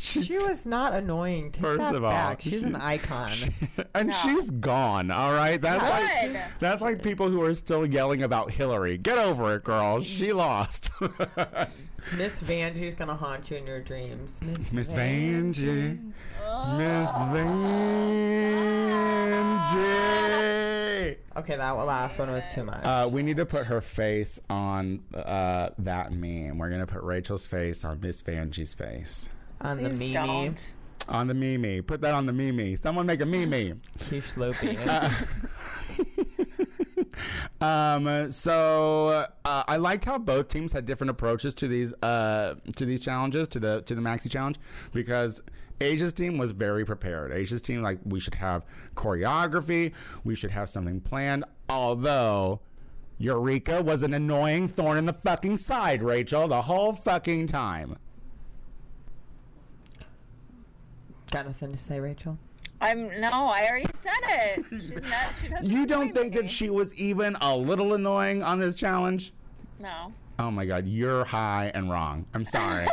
A: She was not annoying. Take
B: First
A: that
B: of all,
A: back. she's an
B: she-
A: icon.
B: <laughs> and she's gone, all right? That's
F: Good.
B: like that's like people who are still yelling about Hillary. Get over it, girl. She lost.
A: Miss Vanjie's gonna haunt you in your dreams. Miss,
B: Miss
A: Van-
B: Vanjie. Miss Vanjie.
A: Okay, that last one was too much.
B: Uh, we need to put her face on uh, that meme. We're gonna put Rachel's face on Miss Vanjie's face.
A: On the
F: Please
A: Mimi,
F: don't.
B: On the meme. Put that on the meme. Someone make a meme.
A: Keish
B: <laughs>
A: Loopy.
B: Uh, Um, so uh, I liked how both teams had different approaches to these uh, to these challenges to the to the maxi challenge because Asia's team was very prepared. Asia's team like we should have choreography, we should have something planned. Although Eureka was an annoying thorn in the fucking side, Rachel, the whole fucking time.
A: Got nothing to say, Rachel.
F: I'm no. I already said it. She's not. She doesn't.
B: You
F: annoy
B: don't think
F: me.
B: that she was even a little annoying on this challenge?
F: No. <laughs>
B: Oh my god, you're high and wrong. I'm sorry.
F: you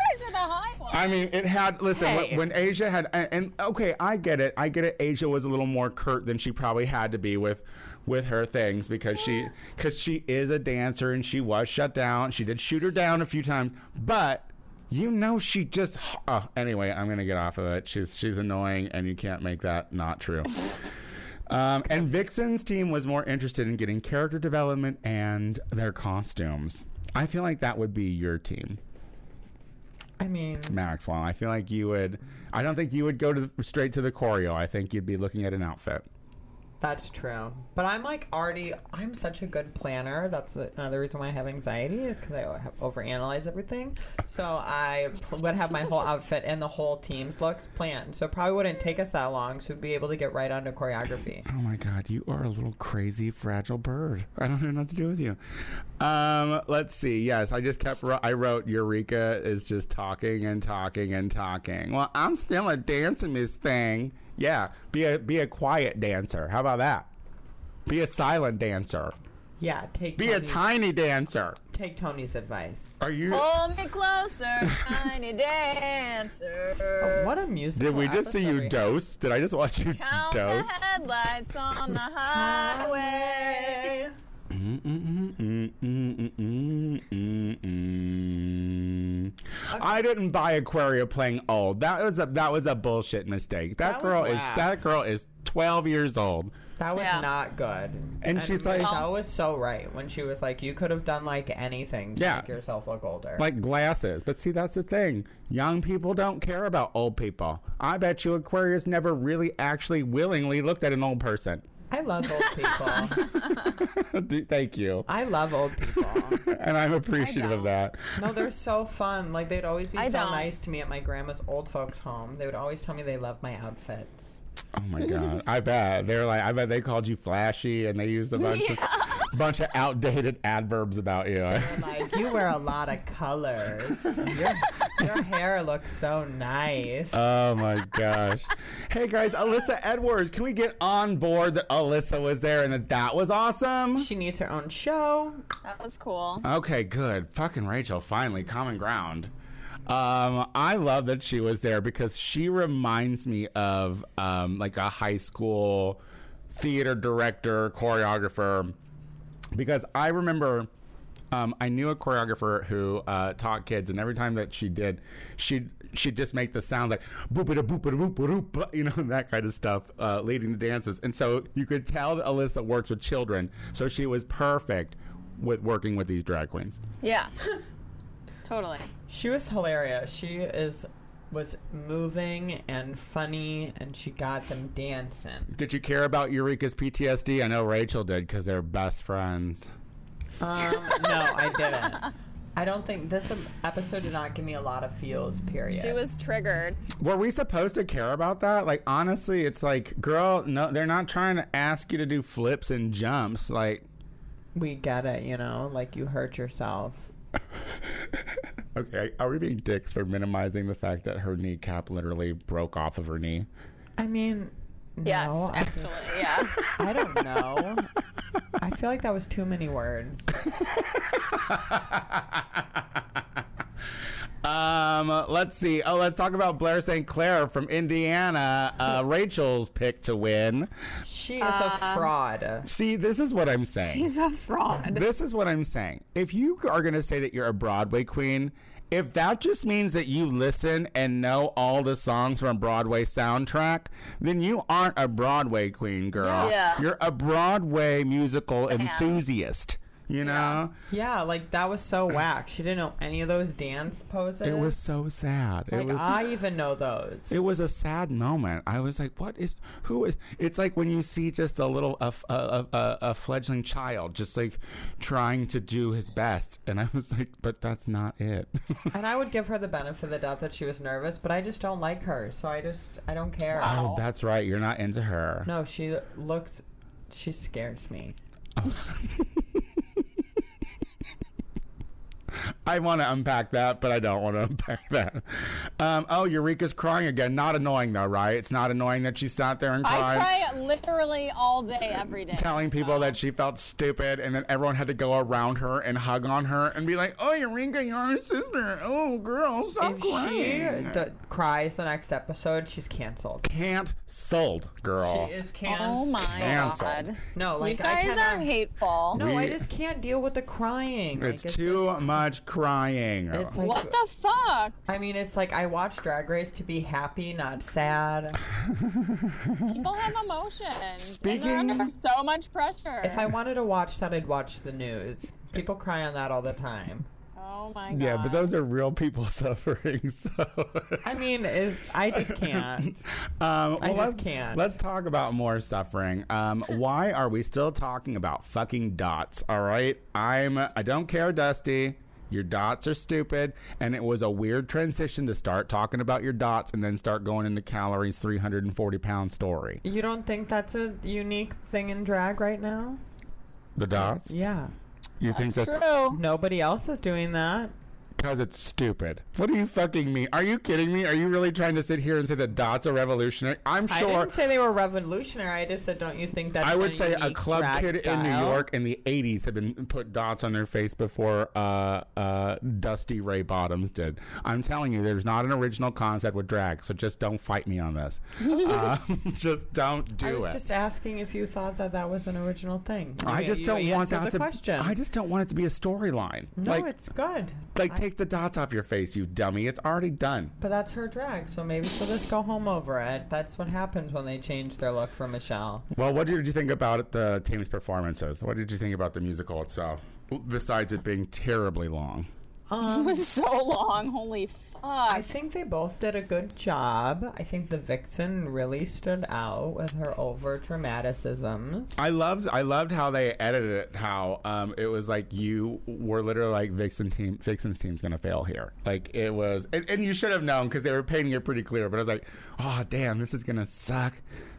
F: guys are the high ones.
B: I mean, it had. Listen, when- when, Asia had, and, and okay, I get it. I get it. Asia was a little more curt than she probably had to be with, with her things because she, because she is a dancer and she was shut down. She did shoot her down a few times, but you know she just. Oh, anyway, I'm gonna get off of it. She's she's annoying, and you can't make that not true. Um, and Vixen's team was more interested in getting character development and their costumes. I feel like that would be your team.
A: I mean,
B: Maxwell. I feel like you would. I don't think you would go to straight to the choreo. I think you'd be looking at an outfit.
A: that's true. But I'm like already. I'm such a good planner. That's another reason why I have anxiety is because I have overanalyze everything. So I pl- would have my whole outfit and the whole team's looks planned. So it probably wouldn't take us that long. So we'd be able to get right onto choreography.
B: Oh my God, you are a little crazy, fragile bird. I don't even know what to do with you. Um, let's see. Yes, I just kept. wr- I wrote Eureka is just talking and talking and talking. Well, I'm still a dancing this thing. Yeah, be a be a quiet dancer. How about that? Be a silent dancer.
A: Yeah, take
B: Be a
A: Tony,
B: tiny dancer.
A: take Tony's advice.
B: Are you?
C: Oh,
F: Hold me closer, tiny dancer.
A: What a music.
B: Did we just see you dose? Did I just watch you
F: Count the
B: dose?
F: headlights on the
A: <laughs>
F: highway.
A: Mm-hmm.
B: I didn't buy Aquaria playing old. That was a that was a bullshit mistake.
A: That
B: That,
A: was
B: girl is
A: whack.
B: that girl is twelve years old.
A: That was
F: Yeah.
A: not good.
B: And she's like-
A: Michelle was so right when she was like, you could have done like anything to
B: Yeah.
A: make yourself look older.
B: Like glasses. But see that's the thing. Young people don't care about old people. I bet you Aquarius never really actually willingly looked at an old person. <laughs>
A: I love old people.
B: Thank you.
A: I love old people.
B: And I'm appreciative of that.
A: No, they're so fun. Like they'd always be
F: I
A: so
F: don't.
A: nice to me at my grandma's old folks' home. They would always tell me they loved my outfits.
B: Oh my god! I bet they're like, I bet they called you flashy, and they used
A: <laughs>
B: a bunch of bunch of outdated adverbs about <laughs> you.
A: Like <laughs> you wear a lot of colors. Your, your hair looks so nice.
B: oh my gosh! Hey guys, Alyssa Edwards, can we get on board that Alyssa was there and that that was awesome?
A: she needs her own show.
F: <laughs> That was cool.
B: Okay, good. Fucking Rachel, finally, common ground. Um, I love that she was there because she reminds me of um, like a high school theater director, choreographer. Because I remember um, I knew a choreographer who uh, taught kids, and every time that she did, she'd she'd just make the sound like boopity boopity boop boop, boop, you know, <laughs> and that kind of stuff, uh, leading the dances. And so you could tell that Alyssa works with children, so she was perfect with working with these drag queens.
F: Yeah. totally.
A: She was hilarious. She is was moving and funny, and she got them dancing.
B: Did you care about Eureka's PTSD? I know Rachel did because they're best friends.
A: Um, no, I didn't. <laughs> I don't think this episode did not give me a lot of feels. Period.
C: She was triggered.
B: Were we supposed to care about that? Like, honestly, it's like, girl, no, they're not trying to ask you to do flips and jumps. Like,
A: We get it, you know, like you hurt yourself.
B: okay, are we being dicks for minimizing the fact that her kneecap literally broke off of her knee?
A: I mean,
F: Yes,
A: no, I,
F: actually.
A: <laughs>
F: Yeah.
A: I don't
B: <laughs>
A: know. I feel like that was too many words.
B: Um, let's see. Oh, let's talk about Blair St. Clair from Indiana. Uh, Rachel's pick to win.
A: She is
F: uh,
A: a fraud.
B: See, this is what I'm saying.
F: He's a fraud.
B: This is what I'm saying. If you are going to say that you're a Broadway queen, if that just means that you listen and know all the songs from a Broadway soundtrack, then you aren't a Broadway queen, girl.
F: Yeah.
B: You're a Broadway musical enthusiast. You know?
A: Yeah, like that was
B: <coughs>
A: so whack. She didn't know any of those dance poses.
B: It was so sad.
A: like "Ah,
B: it was <laughs>
A: I even know those.
B: it was a sad moment. I was like, "What is? Who is?" It's like when you see just a little a, f- a- a- a- a fledgling child just like trying to do his best, and I was like, "But that's not it."
A: and I would give her the benefit of the doubt that she was nervous, but I just don't like her, so I just I don't care.
B: <laughs> oh, that's right. You're not into her.
A: No, she looks. She scares me.
B: I want to unpack that, but I don't want to <laughs> unpack that. Um, oh, Eureka's crying again. Not annoying though, right? It's not annoying that she sat there and
F: I
B: cried.
F: cry literally all day, every day.
B: telling people that she felt stupid, and then everyone had to go around her and hug on her and be like, "Oh, Eureka, you're our sister. Oh, girl, stop
A: If she
B: crying."
A: d- cries the next episode, she's canceled.
B: can't sold, girl.
A: She is canceled.
F: Oh my
B: Canceled.
F: god.
A: No,
F: You
A: like I
F: guys
A: cannot-
F: aren't hateful.
A: No, I
B: We-
A: just can't deal with the crying. Like,
B: it's too much crying.
A: just- It's like,
F: What the fuck?
A: I mean, it's like I watch Drag Race to be happy, not sad.
F: People have emotions.
B: Speaking-
F: and they're under so much pressure.
A: if I wanted to watch that, I'd watch the news. People cry on that all the time.
F: oh my god.
B: yeah, but those are real people <laughs> suffering. So
A: I mean, is I just
B: <laughs>
A: can't.
B: Um, well,
A: just
B: let's,
A: can't.
B: Let's talk about more suffering. Um, why are we still talking about fucking dots? All right, I'm. I don't care, Dusty. Your dots are stupid, and it was a weird transition to start talking about your dots and then start going into calories, 340 pound story.
A: You don't think that's a unique thing in drag right now?
B: The dots?
A: Yeah.
B: You
F: It's
B: think that's
F: true. <laughs>
A: Nobody else is doing that.
B: because it's stupid? What do you fucking mean? Are you kidding me? Are you really trying to sit here and say that dots are revolutionary? I'm
A: I
B: sure.
A: didn't say they were revolutionary. I just said, don't you think that's
B: I would
A: a
B: say a
A: unique
B: club
A: drag
B: kid in New
A: style?
B: York in the 80s had been put dots on their face before uh, uh, Dusty Ray Bottoms did. I'm telling you, there's not an original concept with drag, so just don't fight me on
A: <laughs>
B: this. Um, just don't
A: I
B: do
A: was
B: it.
A: just asking if you thought that that was an original thing.
B: I
A: You-
B: just
A: you
B: don't want
A: answered
B: that
A: the
B: to.
A: question.
B: I just don't want it to be a storyline.
A: no,
B: like,
A: it's good.
B: like take the dots off your face, you dummy. It's already done.
A: But that's her drag, so maybe she'll just go home over it. That's what happens when they change their look for Michelle.
B: Well, what did you think about the team's performances? What did you think about the musical itself? Besides it being terribly long.
F: It was so long. Holy fuck.
A: I think they both did a good job. I think the vixen really stood out with her over dramaticism.
B: I loved I loved how they edited it. How um, it was like you were literally like Vixen team Vixen's team's gonna fail here. Like it was, and, and you should have known because they were painting it pretty clear. But I was like, oh damn, this is gonna suck.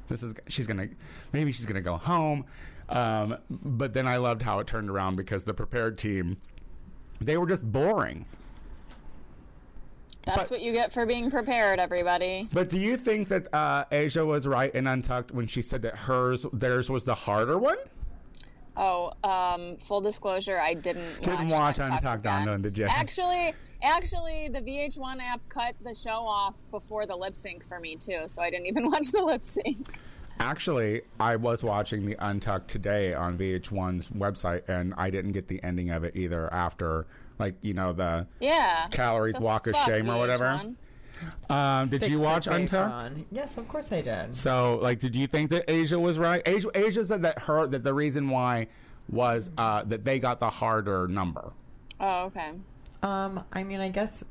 B: This is she's gonna maybe she's gonna go home. Um, but then I loved how it turned around because the prepared team they were just boring.
F: That's what you get for being prepared, everybody.
B: But do you think that uh, Asia was right in Untucked when she said that hers theirs was the harder one?
F: Oh, um, full disclosure, I didn't
B: Didn't
F: watch
B: watch Untucked
F: again.
B: Unknown, did you? <laughs>
F: Actually, actually, the VH1 app cut the show off before the lip sync for me too, so I didn't even <laughs> watch the lip sync.
B: Actually, I was watching the Untucked today on VH1's website, and I didn't get the ending of it either. After like you know the
F: Yeah,
B: calories
F: The
B: walk of
F: fuck,
B: shame or whatever.
F: VH1?
B: Um, did you
A: Fix it,
B: watch
A: Jake
B: Untucked?
A: Ron. Yes, of course I did.
B: So, like, did you think that Asia was right? Asia, Asia said that her that the reason why was uh, that they got the harder number.
F: Oh, okay.
A: Um, I mean, I guess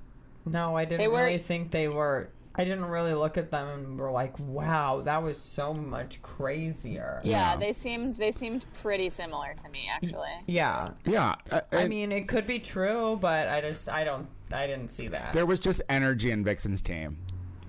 A: no, I didn't
F: They were-
A: really think they were. I didn't really look at them and were like, "Wow, that was so much crazier."
F: Yeah,
B: Yeah.
F: they seemed they seemed pretty similar to me actually.
A: Yeah.
B: Yeah, uh,
A: I
B: it-
A: mean, it could be true, but I just I don't I didn't see that.
B: there was just energy in Vixen's team.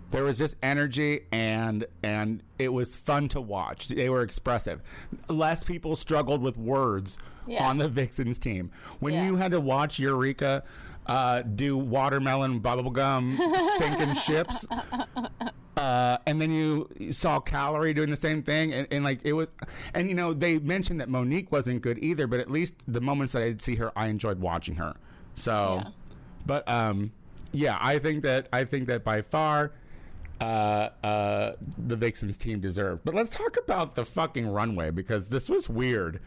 B: There was just energy and and it was fun to watch. They were expressive. Less people struggled with words
F: Yeah.
B: on the Vixen's team. When
F: Yeah.
B: you had to watch Eureka uh, do watermelon bubblegum
F: <laughs>
B: sinking ships, uh, and then you saw Calorie doing the same thing, and, and like it was, and you know they mentioned that Monique wasn't good either, but at least the moments that I did see her, I enjoyed watching her. So,
F: Yeah.
B: but um, yeah, I think that I think that by far, uh, uh, the Vixens team deserved. But let's talk about the fucking runway because this was weird.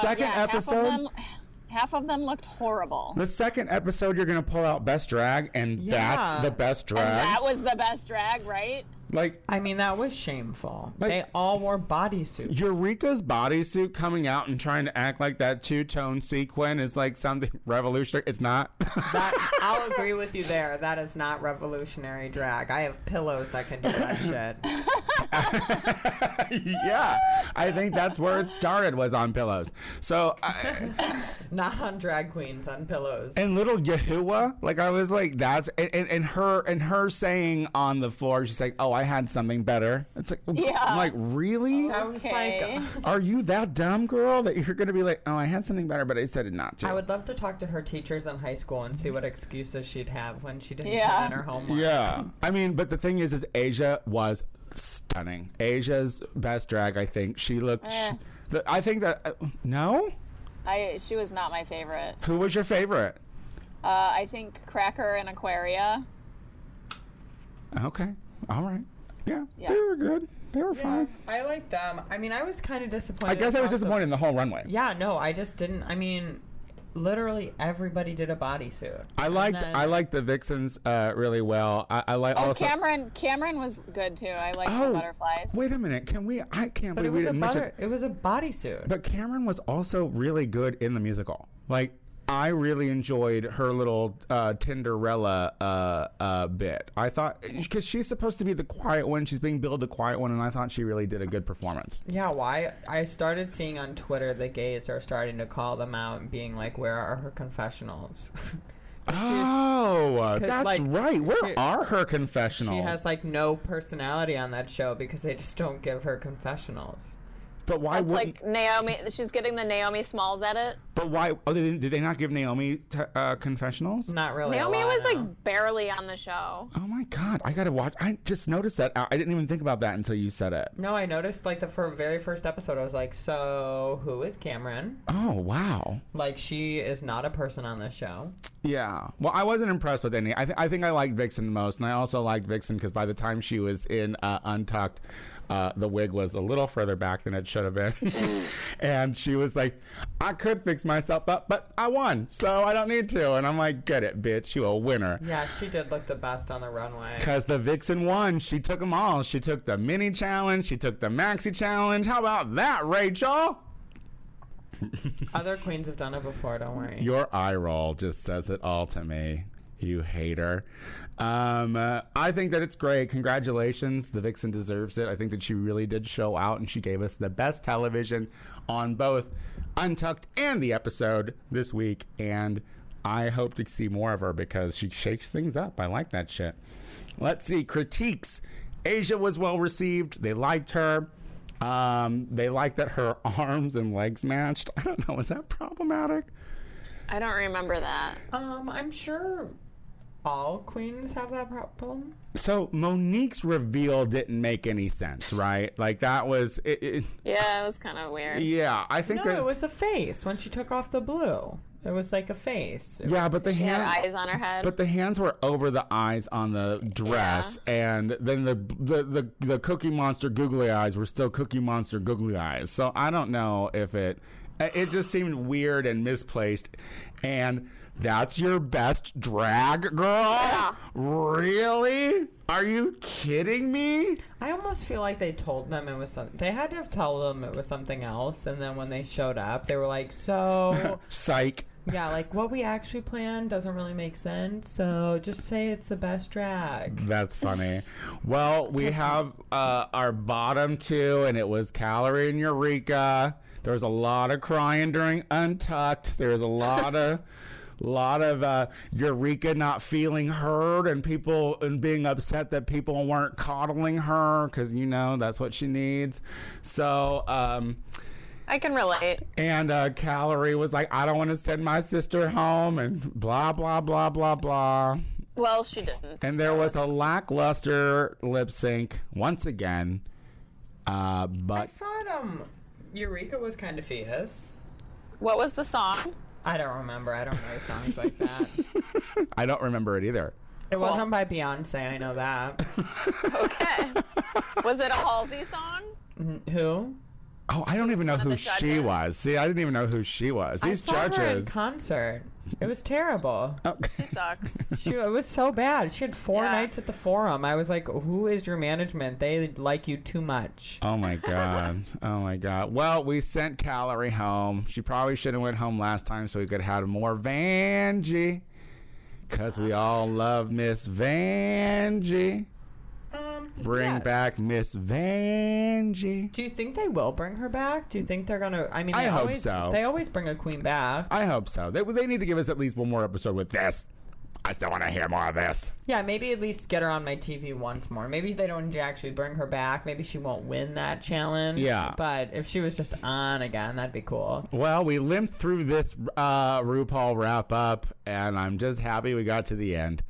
B: second
F: Uh, Yeah,
B: episode.
F: Half of, them, half of them looked horrible.
B: the second episode, you're gonna pull out best drag, and
A: Yeah.
B: that's the best drag.
F: And that was the best drag, right?
B: like
A: I mean, that was shameful.
B: Like-
A: they all wore bodysuits.
B: Eureka's bodysuit coming out and trying to act like that two tone sequin is like something <laughs> revolutionary. It's not. <laughs>
A: That, I'll agree with you there. That is not revolutionary drag. I have pillows that can do that
B: <laughs>
A: shit.
B: yeah, I think that's where it started was on pillows. So I,
A: Not on drag queens, on pillows.
B: and little Yahuwah, like I was like that's and, and, and her and her saying on the floor, she's like, "Oh, I had something better." It's like,
F: Yeah. Uh-huh.
B: I'm like really?
A: I was
F: Okay.
A: like, uh.
B: Are you that dumb girl that you're gonna be like, "Oh, I had something better, but I said it not to."
A: I would love to talk to her teachers in high school and see what excuses she'd have when she didn't
F: Yeah.
A: turn in her homework.
B: Yeah. I mean, but the thing is, is Asia was stunning. Asia's best drag, I think. She looked. sh
F: Eh.
B: the, I think that. uh, no?
F: I she was not my favorite.
B: Who was your favorite?
F: Uh, I think Cracker and Aquaria.
B: Okay. All right. Yeah.
F: Yeah.
B: They were good. They were fine.
A: I like them. I mean, I was kind of disappointed.
B: I guess I was
A: about the-
B: disappointed in the whole runway.
A: Yeah, no, I just didn't. I mean, literally everybody did a bodysuit.
B: I
A: And
B: liked
A: then-
B: I liked the vixens uh, really well. I, I like
F: Oh,
B: also. Oh,
F: Cameron. Cameron was good too. I like the butterflies.
B: wait a minute! Can we? I can't
A: But it
B: believe we
A: was a
B: didn't mention.
A: butter, it was a bodysuit.
B: But Cameron was also really good in the musical. Like I really enjoyed her little uh, Tinderella uh, uh, bit. I thought because she's supposed to be the quiet one, she's being billed the quiet one, and I thought she really did a good performance.
A: Yeah, why? I started seeing on Twitter the gays are starting to call them out and being like, "Where are her confessionals?" <laughs>
B: oh, that's
A: like,
B: right. Where
A: she-
B: are her confessionals?
A: she has like no personality on that show because they just don't give her confessionals.
B: but why
F: That's
B: wouldn't?
F: like Naomi. She's getting the Naomi Smalls edit.
B: but why? Oh, they, didn't- did they not give Naomi t- uh, confessionals?
A: Not really. a
F: Naomi
A: lot,
F: was
A: no.
F: like barely on the show.
B: Oh my god! I gotta watch. I just noticed that. I I didn't even think about that until you said it.
A: No, I noticed like the fir- very first episode. I was like, "So who is Cameron?
B: Oh wow!
A: Like she is not a person on this show."
B: Yeah. Well, I wasn't impressed with any. I, th- I think I liked Vixen the most, and I also liked Vixen because by the time she was in uh, Untucked, uh, the wig was a little further back than it should have been, <laughs> and she was like, "I could fix myself up, but I won, so I don't need to." And I'm like, "Get it, bitch! You a winner."
A: Yeah, she did look the best on the runway.
B: Because the Vixen won. She took them all. She took the mini challenge. She took the maxi challenge. How about that, Rachel?
A: Other queens have done it before. Don't worry.
B: Your eye roll just says it all to me. You hater. Um, uh, I think that it's great. Congratulations. The Vixen deserves it. I think that she really did show out and she gave us the best television on both Untucked and the episode this week. And I hope to see more of her because she shakes things up. I like that shit. Let's see. Critiques. Asia was well received, they liked her. Um, they liked that her <laughs> arms and legs matched. I don't know. Is that problematic?
F: I don't remember that.
A: Um, I'm sure all queens have that problem.
B: So Monique's reveal didn't make any sense, right? Like that was, it, it,
F: Yeah, it was kind of weird.
B: yeah. I think
A: No,
B: that
A: it was a face when she took off the blue. It was like a face. It
B: yeah, but the
F: She had
B: hand,
F: eyes on her head.
B: but the hands were over the eyes on the dress, and then the, the the the Cookie Monster googly eyes were still Cookie Monster googly eyes. So I don't know if it it just seemed weird and misplaced, and that's your best drag girl, really? Are you kidding me?
A: I almost feel like they told them it was something. They had to have told them it was something else, and then when they showed up, they were like,
B: <laughs>
A: "So,
B: Psych.
A: yeah, like what we actually planned doesn't really make sense. So just say it's the best drag."
B: That's funny. Well, we have uh, our bottom two, and it was Calorie and Eureka. There was a lot of crying during Untucked. There was a lot of, lot of uh, Eureka not feeling heard, and people and being upset that people weren't coddling her because you know that's what she needs. So. Um,
F: I can relate.
B: and uh, Calorie was like, I don't want to send my sister home, and blah, blah, blah, blah, blah.
F: Well, she didn't.
B: And there was a lackluster lip sync once again. Uh,
A: I <laughs>
B: but
A: thought um, Eureka was kind of fierce.
F: what was the song?
A: I don't remember. I don't know songs like
B: <laughs>
A: that.
B: I don't remember it either.
A: It wasn't by Beyonce. I know
B: <laughs>
A: that.
F: Okay. was it a Halsey song?
A: Who?
B: Oh, I don't even know
F: of
B: who
F: the
B: she
F: judges.
B: was. See, I didn't even know who she was. These
A: I saw her in
B: judges.
A: concert. It was terrible.
F: She sucks.
A: She it was so bad. She had four
F: Yeah.
A: nights at the forum. I was like, "Who is your management? They like you too much."
B: Oh my god. Oh my god. Well, we sent Calorie home. She probably should have went home last time so we could have had more Vanjie. Cause we all love Miss Vanjie.
A: Um,
B: Bring
A: yes.
B: back Miss Vanjie.
A: Do you think they will bring her back? Do you think they're gonna? I mean,
B: I
A: they
B: hope
A: always,
B: so.
A: They always bring a queen back.
B: I hope so. They, they need to give us at least one more episode with this. I still want to hear more of this.
A: Yeah, maybe at least get her on my TV once more. Maybe they don't actually bring her back. Maybe she won't win that challenge.
B: Yeah.
A: But if she was just on again, that'd be cool.
B: Well, we limped through this uh, RuPaul wrap up, and I'm just happy we got to the end.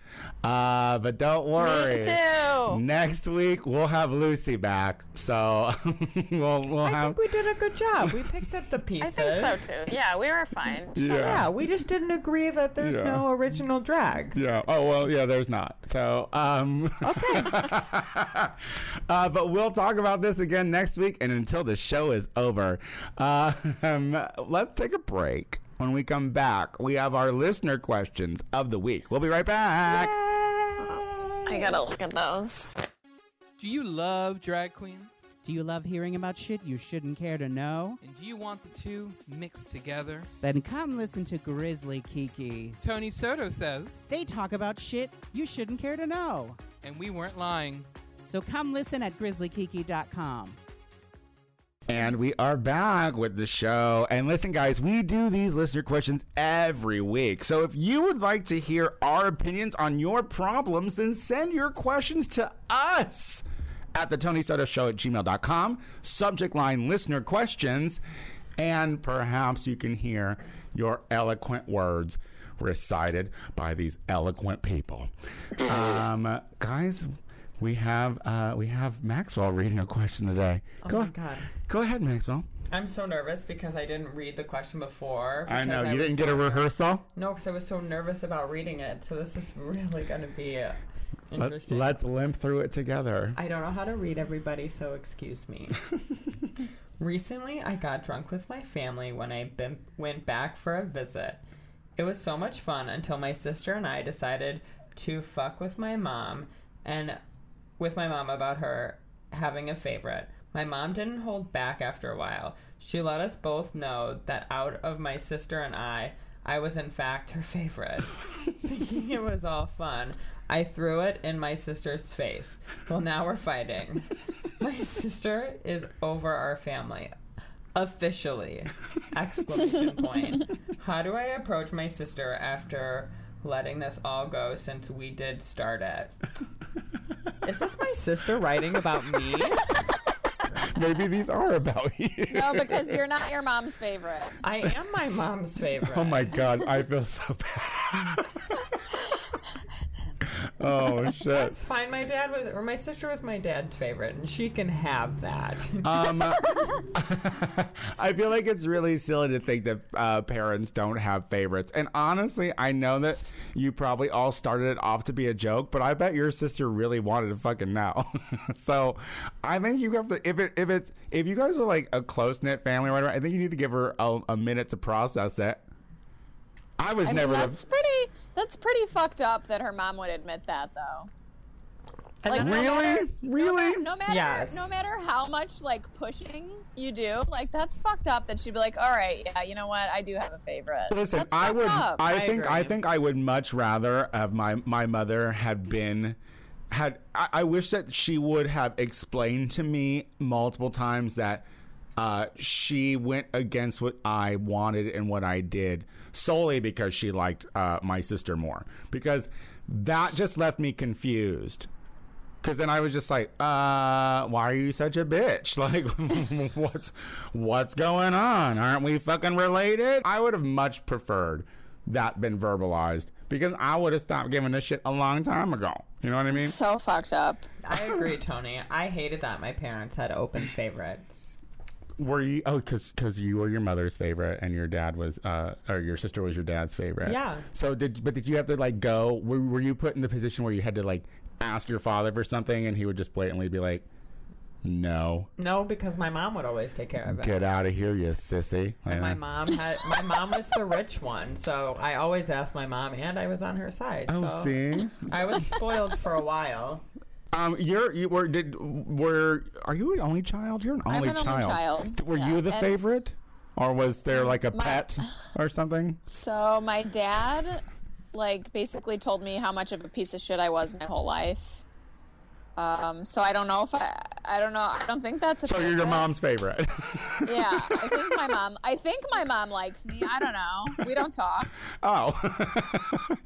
B: Uh, but don't worry.
F: Me too.
B: Next week we'll have Lucy back, so <laughs> we'll we'll
A: I
B: have
A: think we did a good job. We picked up the
F: <laughs> I
A: pieces.
F: think so too. Yeah, we were fine.
A: Yeah, we just didn't agree that there's
B: Yeah.
A: no original drag.
B: Yeah. Oh well. Yeah. There's not. So. Um, okay. <laughs> uh, but we'll talk about this again next week, and until the show is over, uh, um, let's take a break. When we come back, we have our listener questions of the week. We'll be right back.
F: I gotta look at those.
G: Do you love drag queens?
H: Do you love hearing about shit you shouldn't care to know?
G: And do you want the two mixed together?
H: Then come listen to Grizzly Kiki.
G: Tony Soto says,
H: They talk about shit you shouldn't care to know.
G: and we weren't lying.
H: So come listen at grizzlykiki.com.
B: And we are back with the show. And listen, guys, we do these listener questions every week. So if you would like to hear our opinions on your problems, then send your questions to us at the Tony Soto Show at gmail.com. Subject line listener questions. And perhaps you can hear your eloquent words recited by these eloquent people. um, guys, we have uh, we have Maxwell reading a question today. Go
A: Oh my
B: on.
A: god.
B: Go ahead, Maxwell.
A: I'm so nervous because I didn't read the question before.
B: I know
A: because
B: you didn't
A: was-
B: get a rehearsal.
A: No, because I was so nervous about reading it. So this is really going to be uh,
B: Let,
A: interesting.
B: let's limp through it together.
A: I don't know how to read everybody, so excuse me. Recently, I got drunk with my family when I been, went back for a visit. It was so much fun until my sister and I decided to fuck with my mom and with my mom about her having a favorite. My mom didn't hold back after a while. She let us both know that out of my sister and I, I was in fact her favorite. Thinking it was all fun, I threw it in my sister's face. Well, now we're fighting. My sister is over our family. Officially. Exclamation point. How do I approach my sister after letting this all go since we did start
B: <laughs>
A: it? Is this my sister writing about
B: <laughs>
A: me?
B: <laughs> Maybe these are about you.
C: No, because you're not your mom's favorite.
A: I am my mom's favorite.
B: <laughs> Oh my god, I feel so bad. <laughs> oh shit.
A: It's fine. My dad was, or my sister was my dad's favorite, and she can have
B: <laughs>
A: that.
B: Um, <laughs> I feel like it's really silly to think that uh, parents don't have favorites. And honestly, I know that you probably all started it off to be a joke, but I bet your sister really wanted to fucking know. <laughs> so I think you have to if it if it's if you guys are like a close knit family or whatever, I think you need to give her a, a minute to process it. I was
C: I mean,
B: never the
C: that's pretty. That's pretty fucked up that her mom would admit that, though.
A: And
C: Like,
A: then I-
C: no matter-
B: really really.
C: No matter,
A: Yes.
C: no matter how much like pushing you do, like that's fucked up. That she'd be like, "All right, yeah, you know what? I do have a favorite."
B: Listen,
C: That's
B: I
C: fucked
B: would.
C: up.
B: I,
A: I
B: think.
A: agree.
B: I think I would much rather have my my mother had been had. I, I wish that she would have explained to me multiple times that uh, she went against what I wanted and what I did solely because she liked uh, my sister more. Because that just left me confused. Because then I was just like, uh, why are you such a bitch? <laughs> Like, what's what's going on? Aren't we fucking related? I would have much preferred that been verbalized because I would have stopped giving a shit a long time ago. You know what I mean?
C: so fucked up.
A: I agree, Tony. I hated that my parents had open favorites.
B: Were you? Oh, because because you were your mother's favorite and your dad was, uh, or your sister was your dad's favorite.
A: Yeah.
B: So did but did you have to like go? Were, were you put in the position where you had to like ask your father for something and he would just blatantly be like, no.
A: No, because my mom would always take care of it.
B: Get out of here, you sissy.
A: And
B: Yeah.
A: my mom had my mom was the rich one, so I always asked my mom, and I was on her side.
B: Oh,
A: so
B: see.
A: I was spoiled for a while.
B: Um, you're you were did were are you an only child? You're an only
C: an only
B: child.
C: child,
B: Were
C: yeah.
B: you the
C: And-
B: favorite, or was there like a
C: <laughs>
B: pet or something?
C: So my dad, like, basically told me how much of a piece of shit I was my whole life. Um, so I don't know if I, I don't know, I don't think that's. A
B: So you're your
C: favorite.
B: mom's favorite. <laughs>
C: Yeah, I think my mom. I think my mom likes me. I don't know. We don't talk.
B: Oh,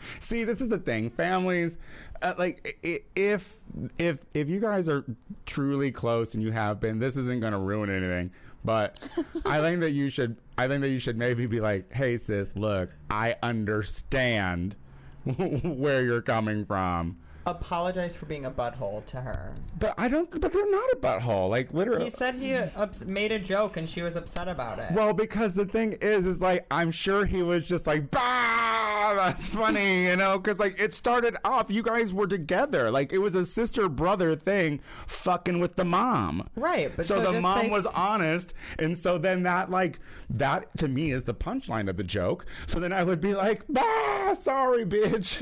B: <laughs> see, this is the thing. Families, uh, like i- i- if if if you guys are truly close and you have been, this isn't going to ruin anything.
A: <laughs>
B: But I think that you should. I think that you should maybe be like, "Hey, sis, look, I understand <laughs> where you're coming from."
A: Apologize for being a butthole to her.
B: But I don't. But they're not a butthole. Like
A: He
B: literally.
A: said he ups- made a joke, and she was upset about it.
B: Well, because the thing is, is like I'm sure he was just like, "Bah, that's funny," you know, because like it started off, you guys were together, like it was a sister brother thing, fucking with the mom,
A: Right, but
B: so,
A: so
B: the
A: just
B: mom
A: say-
B: was honest, and so then that like that to me is the punchline of the joke. So then I would be like, "Bah, sorry, bitch,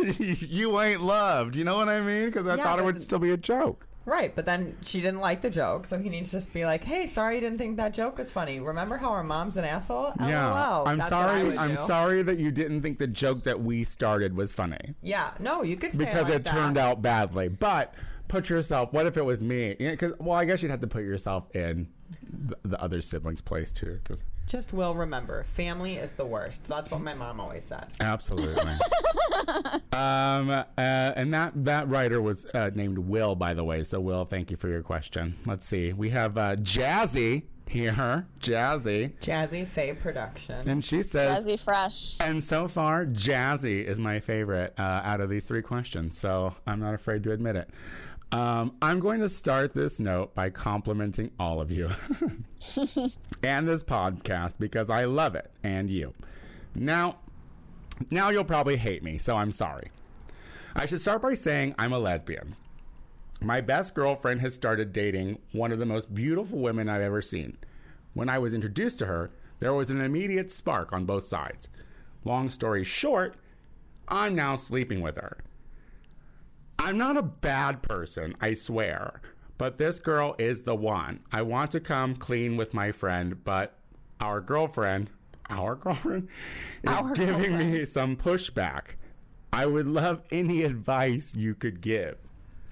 B: <laughs> you ain't loved," you know what I mean? Because I
A: Yeah,
B: thought it
A: but-
B: would still be a joke.
A: Right, but then she didn't like the joke, so he needs to just be like, "Hey, sorry, you didn't think that joke was funny. Remember how our mom's an asshole? LOL."
B: Yeah, I'm
A: Oh, That's what I
B: sorry.
A: would
B: I'm
A: do.
B: sorry that you didn't think the joke that we started was funny
A: Yeah, no, you could say
B: because
A: like
B: it turned
A: that.
B: out badly. But put yourself. What if it was me? Because well, I guess you'd have to put yourself in the, the other sibling's place too. 'cause-
A: Just will remember, family is the worst. That's what my mom always said.
B: absolutely.
A: <laughs>
B: um, uh, and that that writer was uh, named Will, by the way. So Will, thank you for your question. Let's see. We have uh, Jazzy here. Jazzy,
A: Jazzy Faye production.
B: and she says.
C: Jazzy Fresh.
B: And so far, Jazzy is my favorite uh, out of these three questions, so I'm not afraid to admit it. Um, I'm going to start this note by complimenting all of you and this podcast because I love it and you. Now, now you'll probably hate me, so I'm sorry. I should start by saying I'm a lesbian. My best girlfriend has started dating one of the most beautiful women I've ever seen. When I was introduced to her, there was an immediate spark on both sides. Long story short, I'm now sleeping with her. I'm not a bad person, I swear, But this girl is the one. I want to come clean with my friend, but our girlfriend, our girlfriend, is giving me some pushback. I would love any advice you could give.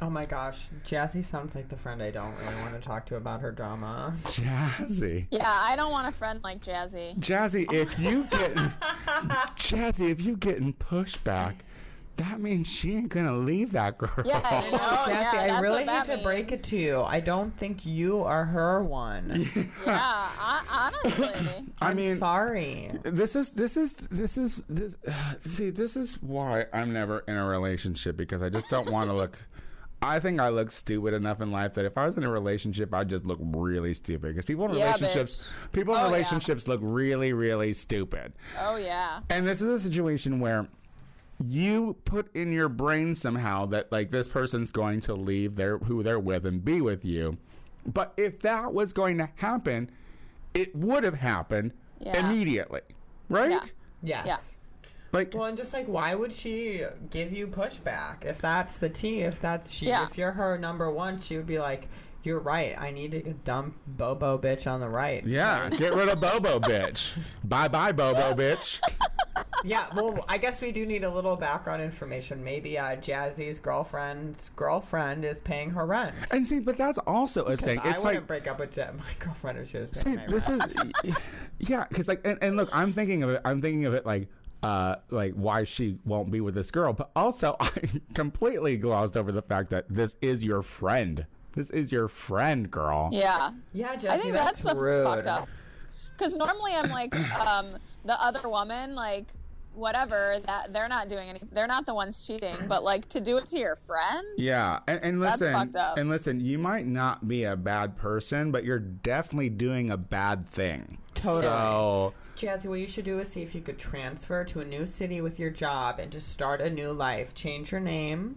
A: Oh my gosh, Jazzy sounds like the friend I don't really want to talk to about her drama.
B: Jazzy.
C: Yeah, I don't want a friend like Jazzy.
B: Jazzy, if you get
C: <laughs>
B: Jazzy, if you getting pushback, that means she ain't gonna leave that girl.
C: Yeah, I know.
A: Jazzy,
C: Oh, yeah, that's
A: I
C: what
A: really
C: that
A: hate to break it
C: means.
A: to you. I don't think you are her one.
B: <laughs>
C: Yeah, I, honestly.
B: I
A: I'm
B: mean,
A: sorry.
B: this is this is this is this <sighs> see this is why i'm never in a relationship because i just don't want to
C: <laughs>
B: look i think i look stupid enough in life that if i was in a relationship i'd just look really stupid because people in
C: Yeah,
B: relationships people in
C: Oh, yeah.
B: relationships look really really stupid
C: oh yeah.
B: and this is a situation where you put in your brain somehow that like this person's going to leave their who they're with and be with you. But if that was going to happen, it would have happened
C: Yeah.
B: immediately. Right?
C: Yeah.
A: Yes.
C: Yeah.
B: Like
A: Well, and just like, why would she give you pushback if that's the tea? If that's she,
C: Yeah.
A: if you're her number one, she would be like, "You're right. I need to dump Bobo bitch on the right."
B: yeah, <laughs> get rid of Bobo bitch. Bye bye Bobo bitch.
A: Yeah, well, I guess we do need a little background information. Maybe uh, Jazzy's girlfriend's girlfriend is paying her rent.
B: And see, but that's also a thing.
A: I
B: It's
A: wouldn't
B: like
A: break up with Ja- my girlfriend if she was
B: See,
A: paying my
B: this
A: rent.
B: is yeah, because like, and, and look, I'm thinking of it. I'm thinking of it like, uh, like why she won't be with this girl, but also <laughs> I completely glozed over the fact that this is your friend. This is your friend, girl.
C: Yeah.
A: Yeah, Jazzy,
C: I think that's, the
A: rude.
C: fucked up. Because normally I'm like, um, the other woman, like, whatever. That they're not doing any. They're not the ones cheating. But like to do it to your friend.
B: Yeah, and, and
C: That's
B: listen,
C: fucked up.
B: and listen. You might not be a bad person, but you're definitely doing a bad thing.
A: Totally.
B: So,
A: Jazzy, what you should do is see if you could transfer to a new city with your job and just start a new life. Change your name.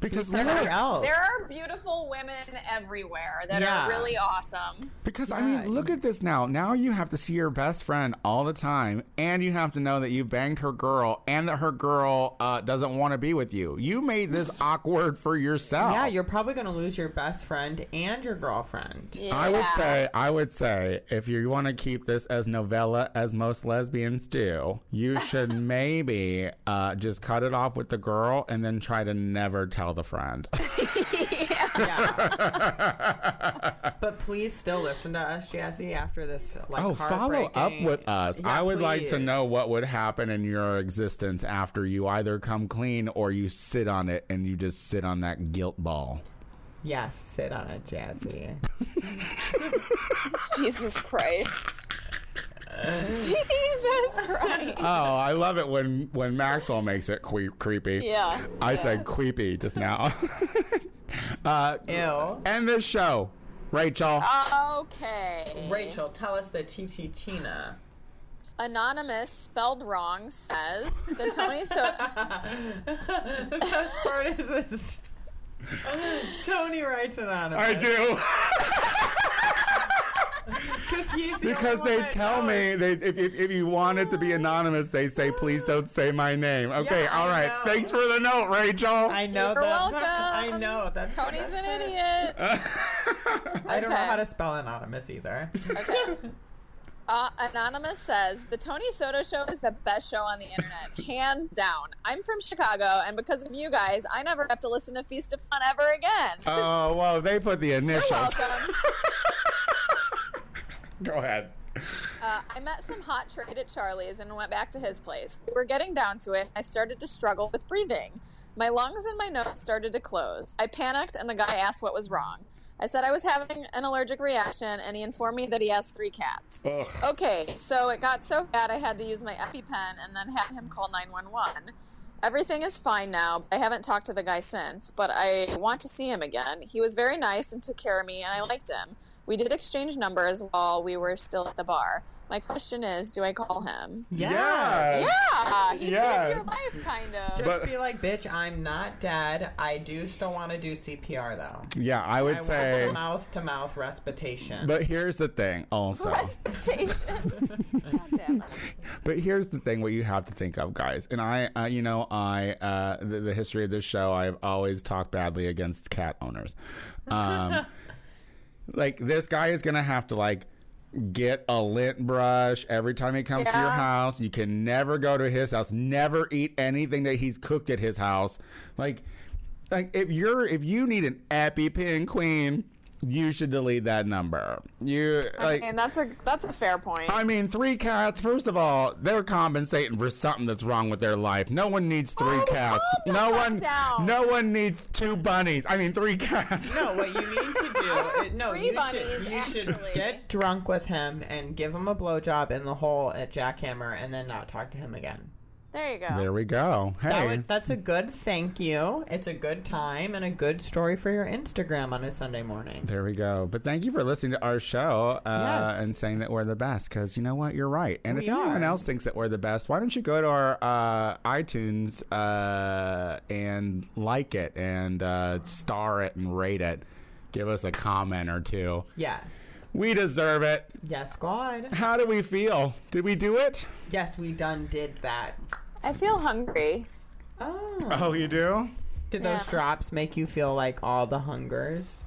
B: because
A: Somewhere
B: look,
A: else.
F: There are beautiful women everywhere that
A: Yeah.
F: are really awesome.
B: Because I
A: Yeah,
B: mean, look at this now. Now you have to see your best friend all the time, and you have to know that you banged her girl, and that her girl uh, doesn't want to be with you. You made
A: <laughs>
B: this awkward for yourself.
A: Yeah, you're probably going to lose your best friend and your girlfriend.
C: Yeah.
B: I would say, I would say, if you want to keep this as novella as most lesbians do,
A: <laughs>
B: you should maybe uh, just cut it off with the girl and then try to never tell the friend. <laughs>
A: Yeah.
B: <laughs>
A: but please still listen to us, Jazzy, after this. Like,
B: Oh, follow up
A: heartbreaking-
B: with us.
A: Yeah,
B: I would like to
A: please.
B: know what would happen in your existence after you either come clean or you sit on it and you just sit on that guilt ball.
A: Yes, sit on it,
F: <laughs>
A: Jazzy.
C: Jesus Christ. <laughs> Jesus Christ.
B: Oh, I love it when when Maxwell makes it que- creepy.
C: Yeah.
B: I said creepy just now. <laughs> uh,
A: Ew.
B: end this show, Rachel.
A: Uh,
C: Okay.
A: Rachel, tell us the TT Tina.
C: Anonymous, spelled wrong, says the
A: <laughs>
C: Tony So.
A: the best part is this. Tony writes it on
B: I
A: <laughs>
B: do <laughs>
A: because he's the
B: because
A: only
B: they
A: one I
B: tell
A: know.
B: me they if, if if you want it to be anonymous, they say please don't say my name. Okay,
A: Yeah, I
B: all right.
A: know.
B: Thanks for the note, Rachel.
A: I
B: <laughs>
A: know
C: You're
A: that's-
C: welcome.
A: I know that's the
C: Tony's
A: best
C: an
A: part.
C: idiot.
A: I don't know
C: Okay.
A: how to spell anonymous either.
C: Okay. Uh, Anonymous says the Tony Soto show is the best show on the internet, hands down. I'm from Chicago, and because of you guys, I never have to listen to Feast of Fun ever again.
B: Oh, well, they put the initials.
C: Welcome.
B: <laughs> Go ahead.
C: Uh, I met some hot trade at Charlie's and went back to his place. We were getting down to it. I started to struggle with breathing. My lungs and my nose started to close. I panicked, and the guy asked what was wrong. I said I was having an allergic reaction, and he informed me that he has three cats. Okay, so it got so bad I had to use my EpiPen and then had him call 911. Everything is fine now. I haven't talked to the guy since, but I want to see him again. He was very nice and took care of me, and I liked him. We did exchange numbers while we were still at the bar. My question is, do I call him?
A: Yeah.
C: Yeah, he's
B: Yeah.
C: doing your life, kind of.
A: Just
B: But-
A: be like, bitch, I'm not dead. I do still want to do CPR though.
B: Yeah, I would
A: I
B: say.
A: want mouth to mouth respiration.
C: <laughs>
B: But here's the thing also.
C: Respiration. God damn
F: Alabama.
B: But here's the thing: what you have to think of, guys. And I, uh, you know, I uh, the, the history of this show, I've always talked badly against cat owners. Um, like this guy is gonna have to like get a lint brush every time he comes to your
F: Yeah.
B: house. You can never go to his house. Never eat anything that he's cooked at his house. Like, like if you're if you need an EpiPen queen, you should delete that number. You like.
F: and that's a that's a fair point.
B: I mean, three cats. First of all, they're compensating for something that's wrong with their life. No one needs three
F: Oh,
B: cats.
F: calm the
B: no
F: fuck
B: one.
F: down.
B: No one needs two bunnies. I mean, three <laughs> cats.
A: No, what you need to do, is, no,
F: three
A: you should,
F: bunnies,
A: you should
F: actually.
A: get drunk with him and give him a blowjob in the hole at Jackhammer, and then not talk to him again.
F: there you go.
B: There we go.
A: That
B: Hey,
A: would, that's a good thank you. It's a good time and a good story for your Instagram on a Sunday morning.
B: there we go. But thank you for listening to our show uh,
A: Yes.
B: and saying that we're the best. Because you know what, you're right. And
A: We
B: if anyone
A: are.
B: else thinks that we're the best, why don't you go to our uh, iTunes uh, and like it and uh, star it and rate it. Give us a comment or two.
A: Yes.
B: We deserve it.
A: Yes, squad.
B: How do we feel? Did we do it?
A: Yes, we done did that.
F: I feel hungry.
A: Oh.
B: Oh, you do?
A: Did those
F: Yeah.
A: drops make you feel like all the hungers?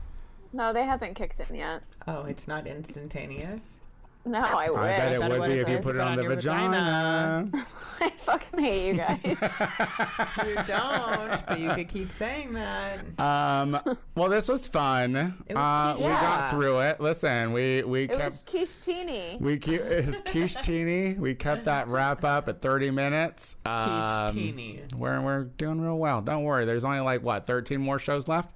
F: No, they haven't kicked in yet.
A: Oh, it's not instantaneous.
F: No, I wish.
B: I bet it
A: That's
B: would
A: what
B: be
A: it
B: if you
A: says.
B: put it on,
A: On
B: the
A: your
B: vagina.
A: vagina.
F: <laughs> I fucking hate you
B: <laughs>
F: guys.
A: You don't, but you could keep saying that.
B: um, well, this was fun.
A: It was
B: uh,
A: cute.
B: We got
A: Yeah.
B: through it. Listen, we we
F: it
B: kept
F: was quiche teeny.
B: we keep <laughs> it was quiche teeny. We kept that wrap up at 30 minutes. Um,
A: teeny.
B: We're we're doing real well. Don't worry. There's only like what 13 more shows left.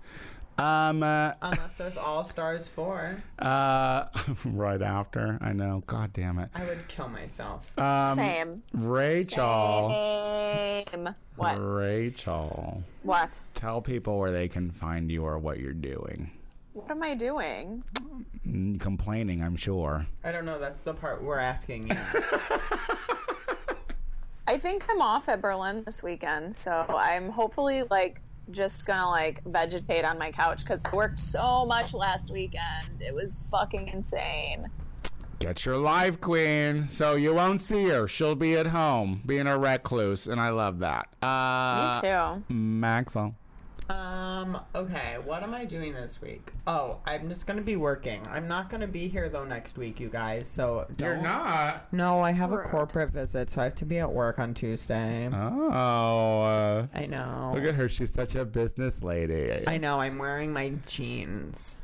B: Um, uh, <laughs>
A: Unless there's All Stars 4,
B: uh, right after. I know. God damn it.
A: I would kill myself.
B: Um,
F: Same.
B: Rachel.
F: Same. What?
B: Rachel.
F: What?
B: Tell people where they can find you or what you're doing.
F: What am I doing?
B: Mm, Complaining, I'm sure.
A: I don't know. That's the part we're asking you.
F: I think I'm off at Berlin this weekend, so I'm hopefully like just gonna like vegetate on my couch because I worked so much last weekend. It was fucking insane.
B: Get your life, queen. So you won't see her. She'll be at home being a recluse, and I love that. Uh,
F: Me
B: <laughs>
F: too.
B: Maxwell.
A: Um, okay, what am I doing this week? Oh, I'm just gonna be working. I'm not gonna be here though next week, you guys, so don't.
B: not.
A: No, I have a corporate visit, so I have to be at work on Tuesday.
B: Oh. Uh,
A: I know.
B: look at her. She's such a business lady.
A: I know, I'm wearing my
B: <laughs>
A: jeans.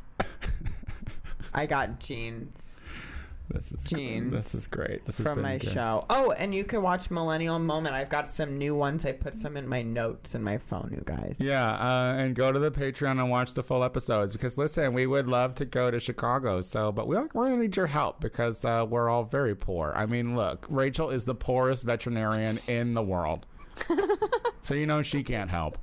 A: I got jeans
B: this is
A: Jeans.
B: This is great. This is
A: from my show. Oh, and you can watch Millennial Moment. I've got some new ones. I put some in my notes in my phone, you guys.
B: Yeah, uh, and go to the Patreon and watch the full episodes because listen, we would love to go to Chicago, so but we we're gonna need your help because uh, we're all very poor. I mean, look, Rachel is the poorest veterinarian in
A: <laughs>
B: the world, so you know she can't help.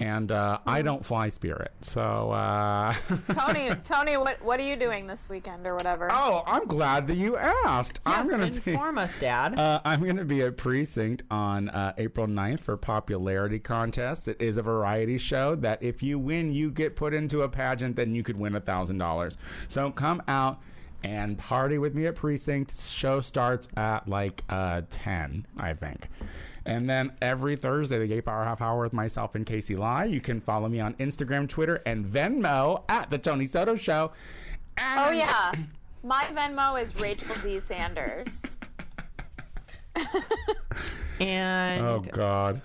B: And uh, I don't fly Spirit, so. Uh... <laughs>
F: Tony, Tony, what what are you doing this weekend or whatever?
B: oh, I'm glad that you asked. I'm
A: Yes,
B: gonna be-
A: inform us, Dad.
B: <laughs> Uh, I'm going to be at Precinct on uh, April 9th for Popularity Contest. It is a variety show that if you win, you get put into a pageant, then you could win $1,000. So come out and party with me at Precinct. Show starts at like uh, 10, I think. And then every Thursday, the Gay Power Half Hour with myself and Casey Lai. You can follow me on Instagram, Twitter, and Venmo at The Tony Soto Show.
F: Oh yeah. My Venmo is Rachel D. Sanders.
A: and
B: Oh, God.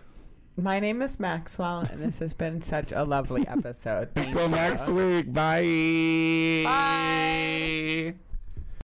A: My name is Maxwell, and this has been such a lovely episode. Thank
B: Till next week. Bye.
F: Bye.
B: Bye.